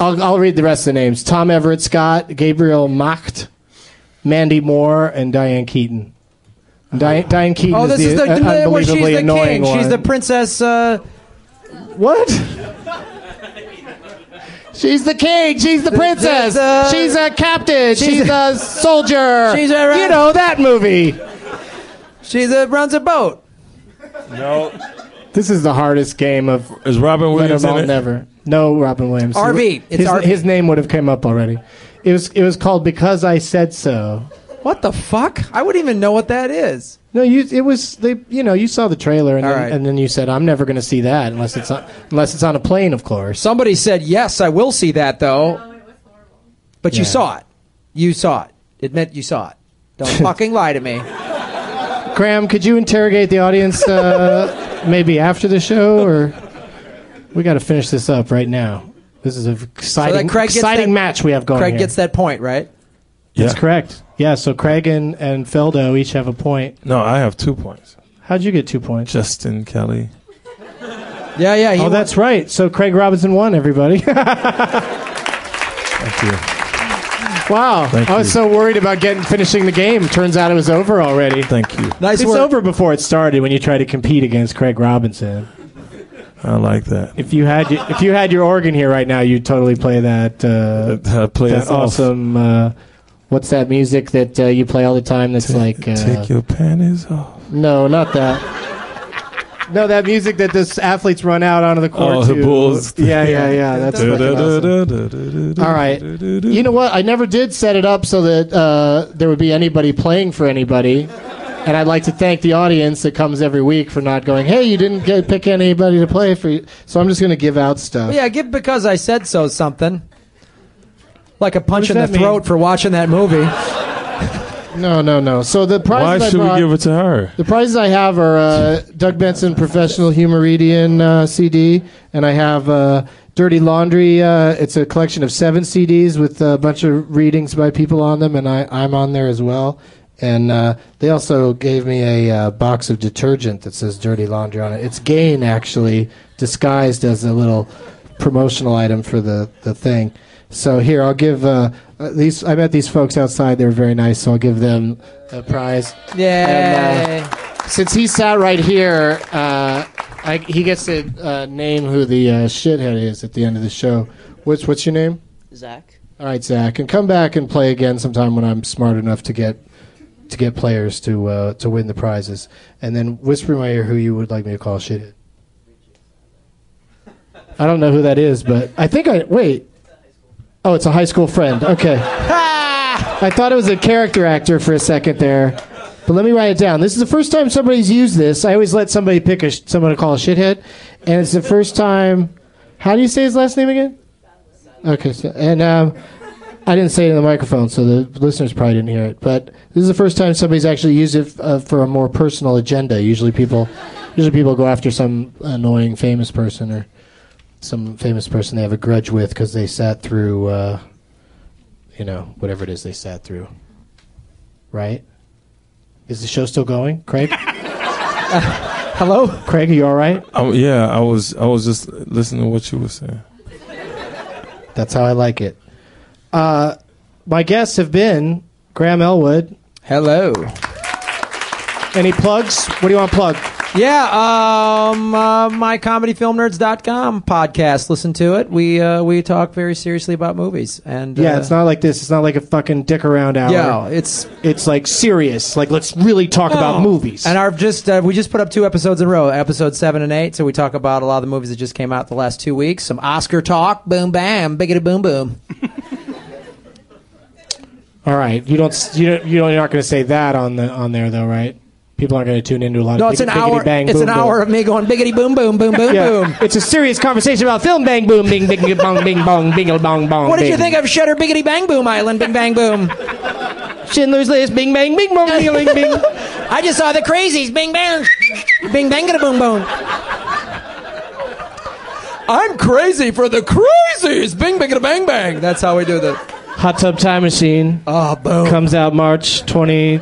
Speaker 3: I'll, I'll read the rest of the names Tom Everett Scott, Gabriel Macht, Mandy Moore, and Diane Keaton. Diane, Diane Keaton
Speaker 6: Oh,
Speaker 3: is
Speaker 6: this
Speaker 3: the,
Speaker 6: is the,
Speaker 3: uh,
Speaker 6: the where she's
Speaker 3: unbelievably
Speaker 6: the
Speaker 3: annoying
Speaker 6: king.
Speaker 3: one.
Speaker 6: She's the princess. Uh,
Speaker 3: what? She's the king. She's the princess.
Speaker 6: she's a-
Speaker 3: she's a captain. She's,
Speaker 6: she's
Speaker 3: a, soldier.
Speaker 6: She's a-
Speaker 3: you know that movie.
Speaker 6: she's uh, runs a boat.
Speaker 5: No.
Speaker 3: This is the hardest game of
Speaker 5: Is Robin Williams
Speaker 3: Venom
Speaker 5: in it?
Speaker 3: Never. No, Robin Williams.
Speaker 6: RB. It's
Speaker 3: his,
Speaker 6: RB.
Speaker 3: his name would have came up already. It was it was called Because I Said So.
Speaker 6: What the fuck? I wouldn't even know what that is.
Speaker 3: No, you. It was they. You know, you saw the trailer, and
Speaker 6: All
Speaker 3: then,
Speaker 6: right.
Speaker 3: and then you said, "I'm never going to see that unless it's on, unless it's on a plane, of course."
Speaker 6: Somebody said, yes, I will see that, though. But you
Speaker 3: Yeah.
Speaker 6: saw it. You saw it. Admit you saw it. Don't fucking lie to me.
Speaker 3: Graham, could you interrogate the audience uh, maybe after the show, or we got to finish this up right now? This is an exciting,
Speaker 6: Craig gets
Speaker 3: exciting
Speaker 6: that-
Speaker 3: match we have going.
Speaker 6: Craig
Speaker 3: here.
Speaker 6: gets that point, right?
Speaker 5: Yeah.
Speaker 3: That's correct. Yeah. So Craig and and Feldo each have a point.
Speaker 5: No, I have two points.
Speaker 3: How'd you get two points?
Speaker 5: Justin Kelly.
Speaker 6: Yeah, yeah. He
Speaker 3: oh,
Speaker 6: won.
Speaker 3: that's right. So Craig Robinson won. Everybody.
Speaker 5: Thank you.
Speaker 3: wow.
Speaker 5: Thank
Speaker 3: I was
Speaker 5: you.
Speaker 3: so worried about getting finishing the game. Turns out it was over already.
Speaker 5: Thank you.
Speaker 6: nice
Speaker 3: it's
Speaker 6: work.
Speaker 3: over before it started when you try to compete against Craig Robinson.
Speaker 5: I like that.
Speaker 3: If you had your, if you had your organ here right now, you'd totally play that. Uh,
Speaker 5: I play
Speaker 3: that's
Speaker 5: it off.
Speaker 3: awesome. Uh, what's that music that uh, you play all the time? That's like uh,
Speaker 5: Take your panties off.
Speaker 3: no, not that. No, that music that this athletes run out onto the court.
Speaker 5: Oh, the
Speaker 3: to.
Speaker 5: Bulls.
Speaker 3: Yeah, yeah, yeah. That's fucking awesome. All right. You know what? I never did set it up so that uh, there would be anybody playing for anybody. And I'd like to thank the audience that comes every week for not going, hey, you didn't get, pick anybody to play for you. So I'm just going to give out stuff.
Speaker 6: Yeah, give because I said so something. Like a punch
Speaker 3: does
Speaker 6: in the
Speaker 3: that mean?
Speaker 6: throat for watching that movie.
Speaker 3: No, no, no. So the
Speaker 5: Why
Speaker 3: prizes I
Speaker 5: should
Speaker 3: brought-
Speaker 5: we give it to her?
Speaker 3: The prizes I have are uh, Doug Benson Professional Humoridian uh, CD, and I have uh, Dirty Laundry. Uh, it's a collection of seven CDs with a bunch of readings by people on them, and I, I'm on there as well. And uh, they also gave me a uh, box of detergent that says Dirty Laundry on it. It's Gain, actually, disguised as a little promotional item for the, the thing. So here, I'll give uh, uh, these. I met these folks outside. They were very nice, so I'll give them a prize.
Speaker 6: Yeah.
Speaker 3: And, since he sat right here, uh, I, he gets to uh, name who the uh, shithead is at the end of the show. What's what's your name?
Speaker 8: Zach.
Speaker 3: All right, Zach, and come back and play again sometime when I'm smart enough to get to get players to uh, to win the prizes, and then whisper in my ear who you would like me to call shithead. I don't know who that is, but I think I wait. Oh, it's a high school friend. Okay. I thought it was a character actor for a second there. But let me write it down. This is the first time somebody's used this. I always let somebody pick a sh- someone to call a shithead, and it's the first time. How do you say his last name again? Okay, so, and um, I didn't say it in the microphone, so the listeners probably didn't hear it. But this is the first time somebody's actually used it uh, for a more personal agenda. Usually, people, usually people go after some annoying famous person or some famous person they have a grudge with because they sat through, uh, you know, whatever it is they sat through. Right? Is the show still going, Craig?
Speaker 6: Hello?
Speaker 3: Craig, are you all right?
Speaker 5: Oh, yeah, I was I was just listening to what you were saying.
Speaker 3: That's how I like it. Uh, my guests have been Graham Elwood.
Speaker 6: Hello.
Speaker 3: Any plugs? What do you want to plug?
Speaker 6: Yeah, um, uh, mycomedyfilmnerds.com podcast. Listen to it. We uh, we talk very seriously about movies. And
Speaker 3: Yeah,
Speaker 6: uh,
Speaker 3: it's not like this. It's not like a fucking dick around hour.
Speaker 6: Yeah, it's Oh.
Speaker 3: It's like serious. Like let's really talk about movies.
Speaker 6: And I've just uh, we just put up two episodes in a row, episode seven and eight. So we talk about a lot of the movies that just came out the last two weeks. Some Oscar talk, boom bam, biggity boom boom.
Speaker 3: Uh, All right, you don't s- you don't, you don't you're not going to say that on the on there though, right? People aren't going to tune into a lot.
Speaker 6: No,
Speaker 3: of
Speaker 6: it's
Speaker 3: big-
Speaker 6: an
Speaker 3: biggity
Speaker 6: hour.
Speaker 3: Bang,
Speaker 6: it's
Speaker 3: boom,
Speaker 6: an hour
Speaker 3: boom.
Speaker 6: of me going biggity boom boom boom boom
Speaker 3: Yeah.
Speaker 6: boom.
Speaker 3: It's a serious conversation about film. Bang, boom, bing, bing, bing, bong, bing, bong, bingle, bong, bong.
Speaker 6: What did you
Speaker 3: bing.
Speaker 6: think of Shutter Biggity Bang Boom Island? Bing bang boom.
Speaker 3: Schindler's List? Bing, bang, bing, bong, bing, bing, bing.
Speaker 6: I just saw the crazies. Bing bang. Bing bang a boom boom. I'm crazy for the crazies. Bing bang a bang bang. That's how we do that.
Speaker 3: Hot Tub Time Machine
Speaker 6: Oh boom.
Speaker 3: comes out March twenty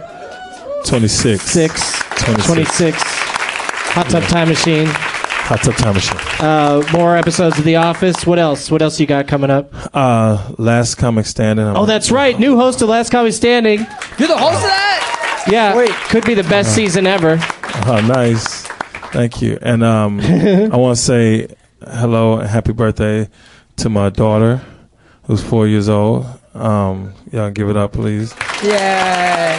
Speaker 5: 26.
Speaker 3: six,
Speaker 5: 26.
Speaker 3: twenty six. Hot Tub Time Machine.
Speaker 5: Hot Tub Time Machine.
Speaker 3: Uh, more episodes of The Office. What else? What else you got coming up?
Speaker 5: Uh, last comic standing. I'm
Speaker 3: Oh, that's right. New host of Last Comic Standing.
Speaker 6: You're the host of that.
Speaker 3: Yeah,
Speaker 6: Wait.
Speaker 3: could be the best
Speaker 5: Uh-huh.
Speaker 3: season ever.
Speaker 5: Oh, nice. Thank you. And um, I want to say hello and happy birthday to my daughter, who's four years old. Um, y'all give it up, please.
Speaker 6: Yeah.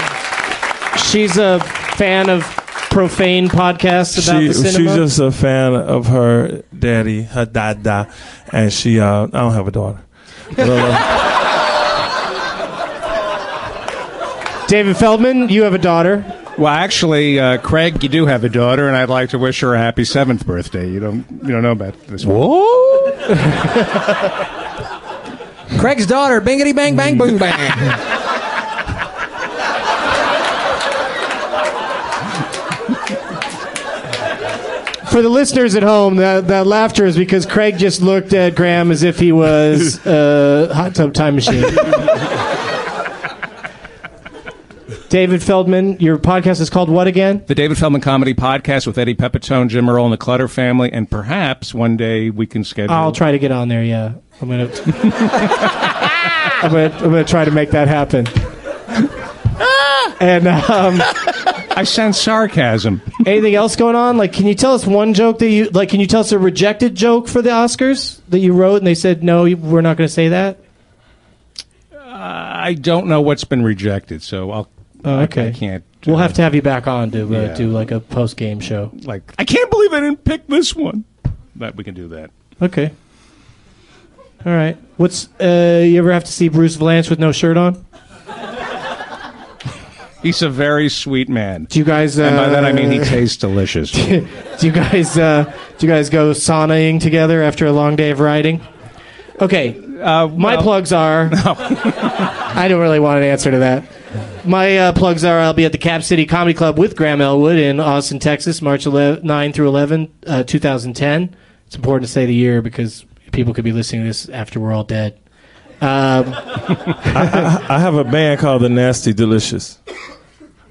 Speaker 3: She's a fan of profane podcasts about
Speaker 5: She,
Speaker 3: the
Speaker 5: she's
Speaker 3: cinema.
Speaker 5: just a fan of her daddy, her dada, and she. Uh, I don't have a daughter. But, uh,
Speaker 3: David Feldman, you have a daughter.
Speaker 4: Well, actually, uh, Craig, you do have a daughter, and I'd like to wish her a happy seventh birthday. You don't, you don't know about this one.
Speaker 3: Whoa!
Speaker 6: Craig's daughter, bingity bang bang boom bang.
Speaker 3: For the listeners at home, that, that laughter is because Craig just looked at Graham as if he was a hot tub time machine. David Feldman, your podcast is called what again?
Speaker 4: The David Feldman Comedy Podcast with Eddie Pepitone, Jim Earl, and the Clutter Family, and perhaps one day we can schedule.
Speaker 3: I'll try to get on there. Yeah, I'm gonna. I'm gonna, I'm gonna try to make that happen. And um,
Speaker 4: I sense sarcasm.
Speaker 3: anything else going on? Like, can you tell us one joke that you like? Can you tell us a rejected joke for the Oscars that you wrote and they said no, you- we're not going to say that?
Speaker 4: I don't know what's been rejected, so I'll.
Speaker 3: Oh,
Speaker 4: I-
Speaker 3: okay.
Speaker 4: I, can't.
Speaker 3: We'll
Speaker 4: uh,
Speaker 3: have to have you back on to uh,
Speaker 4: Yeah.
Speaker 3: do like a post game show.
Speaker 4: like. I can't believe I didn't pick this one. But we can do that.
Speaker 3: Okay. All right. What's uh, you ever have to see Bruce Vlanche with no shirt on?
Speaker 4: He's a very sweet man.
Speaker 3: Do you guys? Uh,
Speaker 4: and by that I mean he tastes delicious.
Speaker 3: do you guys? Uh, do you guys go saunaing together after a long day of riding? Okay.
Speaker 4: Uh,
Speaker 3: My
Speaker 4: well,
Speaker 3: plugs are. I don't really want an answer to that. My uh, plugs are I'll be at the Cap City Comedy Club with Graham Elwood in Austin, Texas, March 11, 9 through 11, uh, 2010. It's important to say the year because people could be listening to this after we're all dead. Um,
Speaker 5: I have a band called the Nasty Delicious.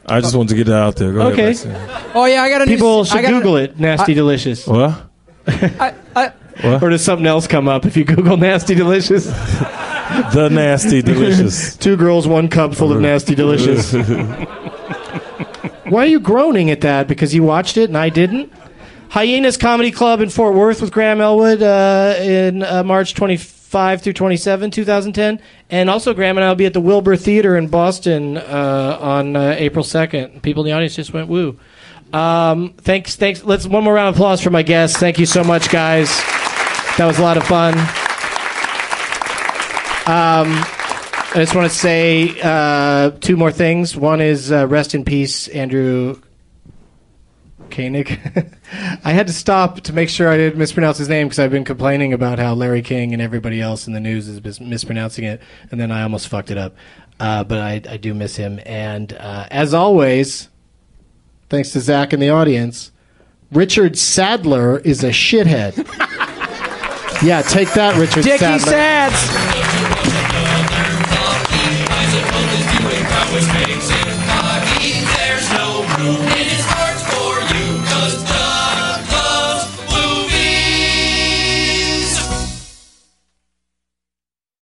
Speaker 5: I just want to get it out there. Go ahead,
Speaker 3: Okay.
Speaker 5: Maxine.
Speaker 6: Oh yeah, I got a new.
Speaker 3: people
Speaker 6: s- I
Speaker 3: should
Speaker 6: got a-
Speaker 3: Google it, Nasty Delicious.
Speaker 5: What?
Speaker 6: I, I,
Speaker 3: Or does something else come up if you Google Nasty Delicious?
Speaker 5: The Nasty Delicious.
Speaker 3: Two girls, one cup full of Nasty Delicious. Why are you groaning at that? Because you watched it and I didn't? Hyenas Comedy Club in Fort Worth with Graham Elwood uh, in uh, March 25 through 27, 2010. And also, Graham and I will be at the Wilbur Theater in Boston uh, on uh, April 2nd. People in the audience just went woo. Um, thanks, thanks. Let's one more round of applause for my guests. Thank you so much, guys. That was a lot of fun. I just want to say uh, two more things. One is uh, rest in peace, Andrew Koenig. I had to stop to make sure I didn't mispronounce his name because I've been complaining about how Larry King and everybody else in the news is mis- mispronouncing it, and then I almost fucked it up. Uh, but I, I do miss him. And uh, as always, thanks to Zach and the audience, Richard Sadler is a shithead. yeah, take that, Richard
Speaker 6: Dickie
Speaker 3: Sadler.
Speaker 6: Sads.
Speaker 1: Isaac Hull is doing crap, which makes it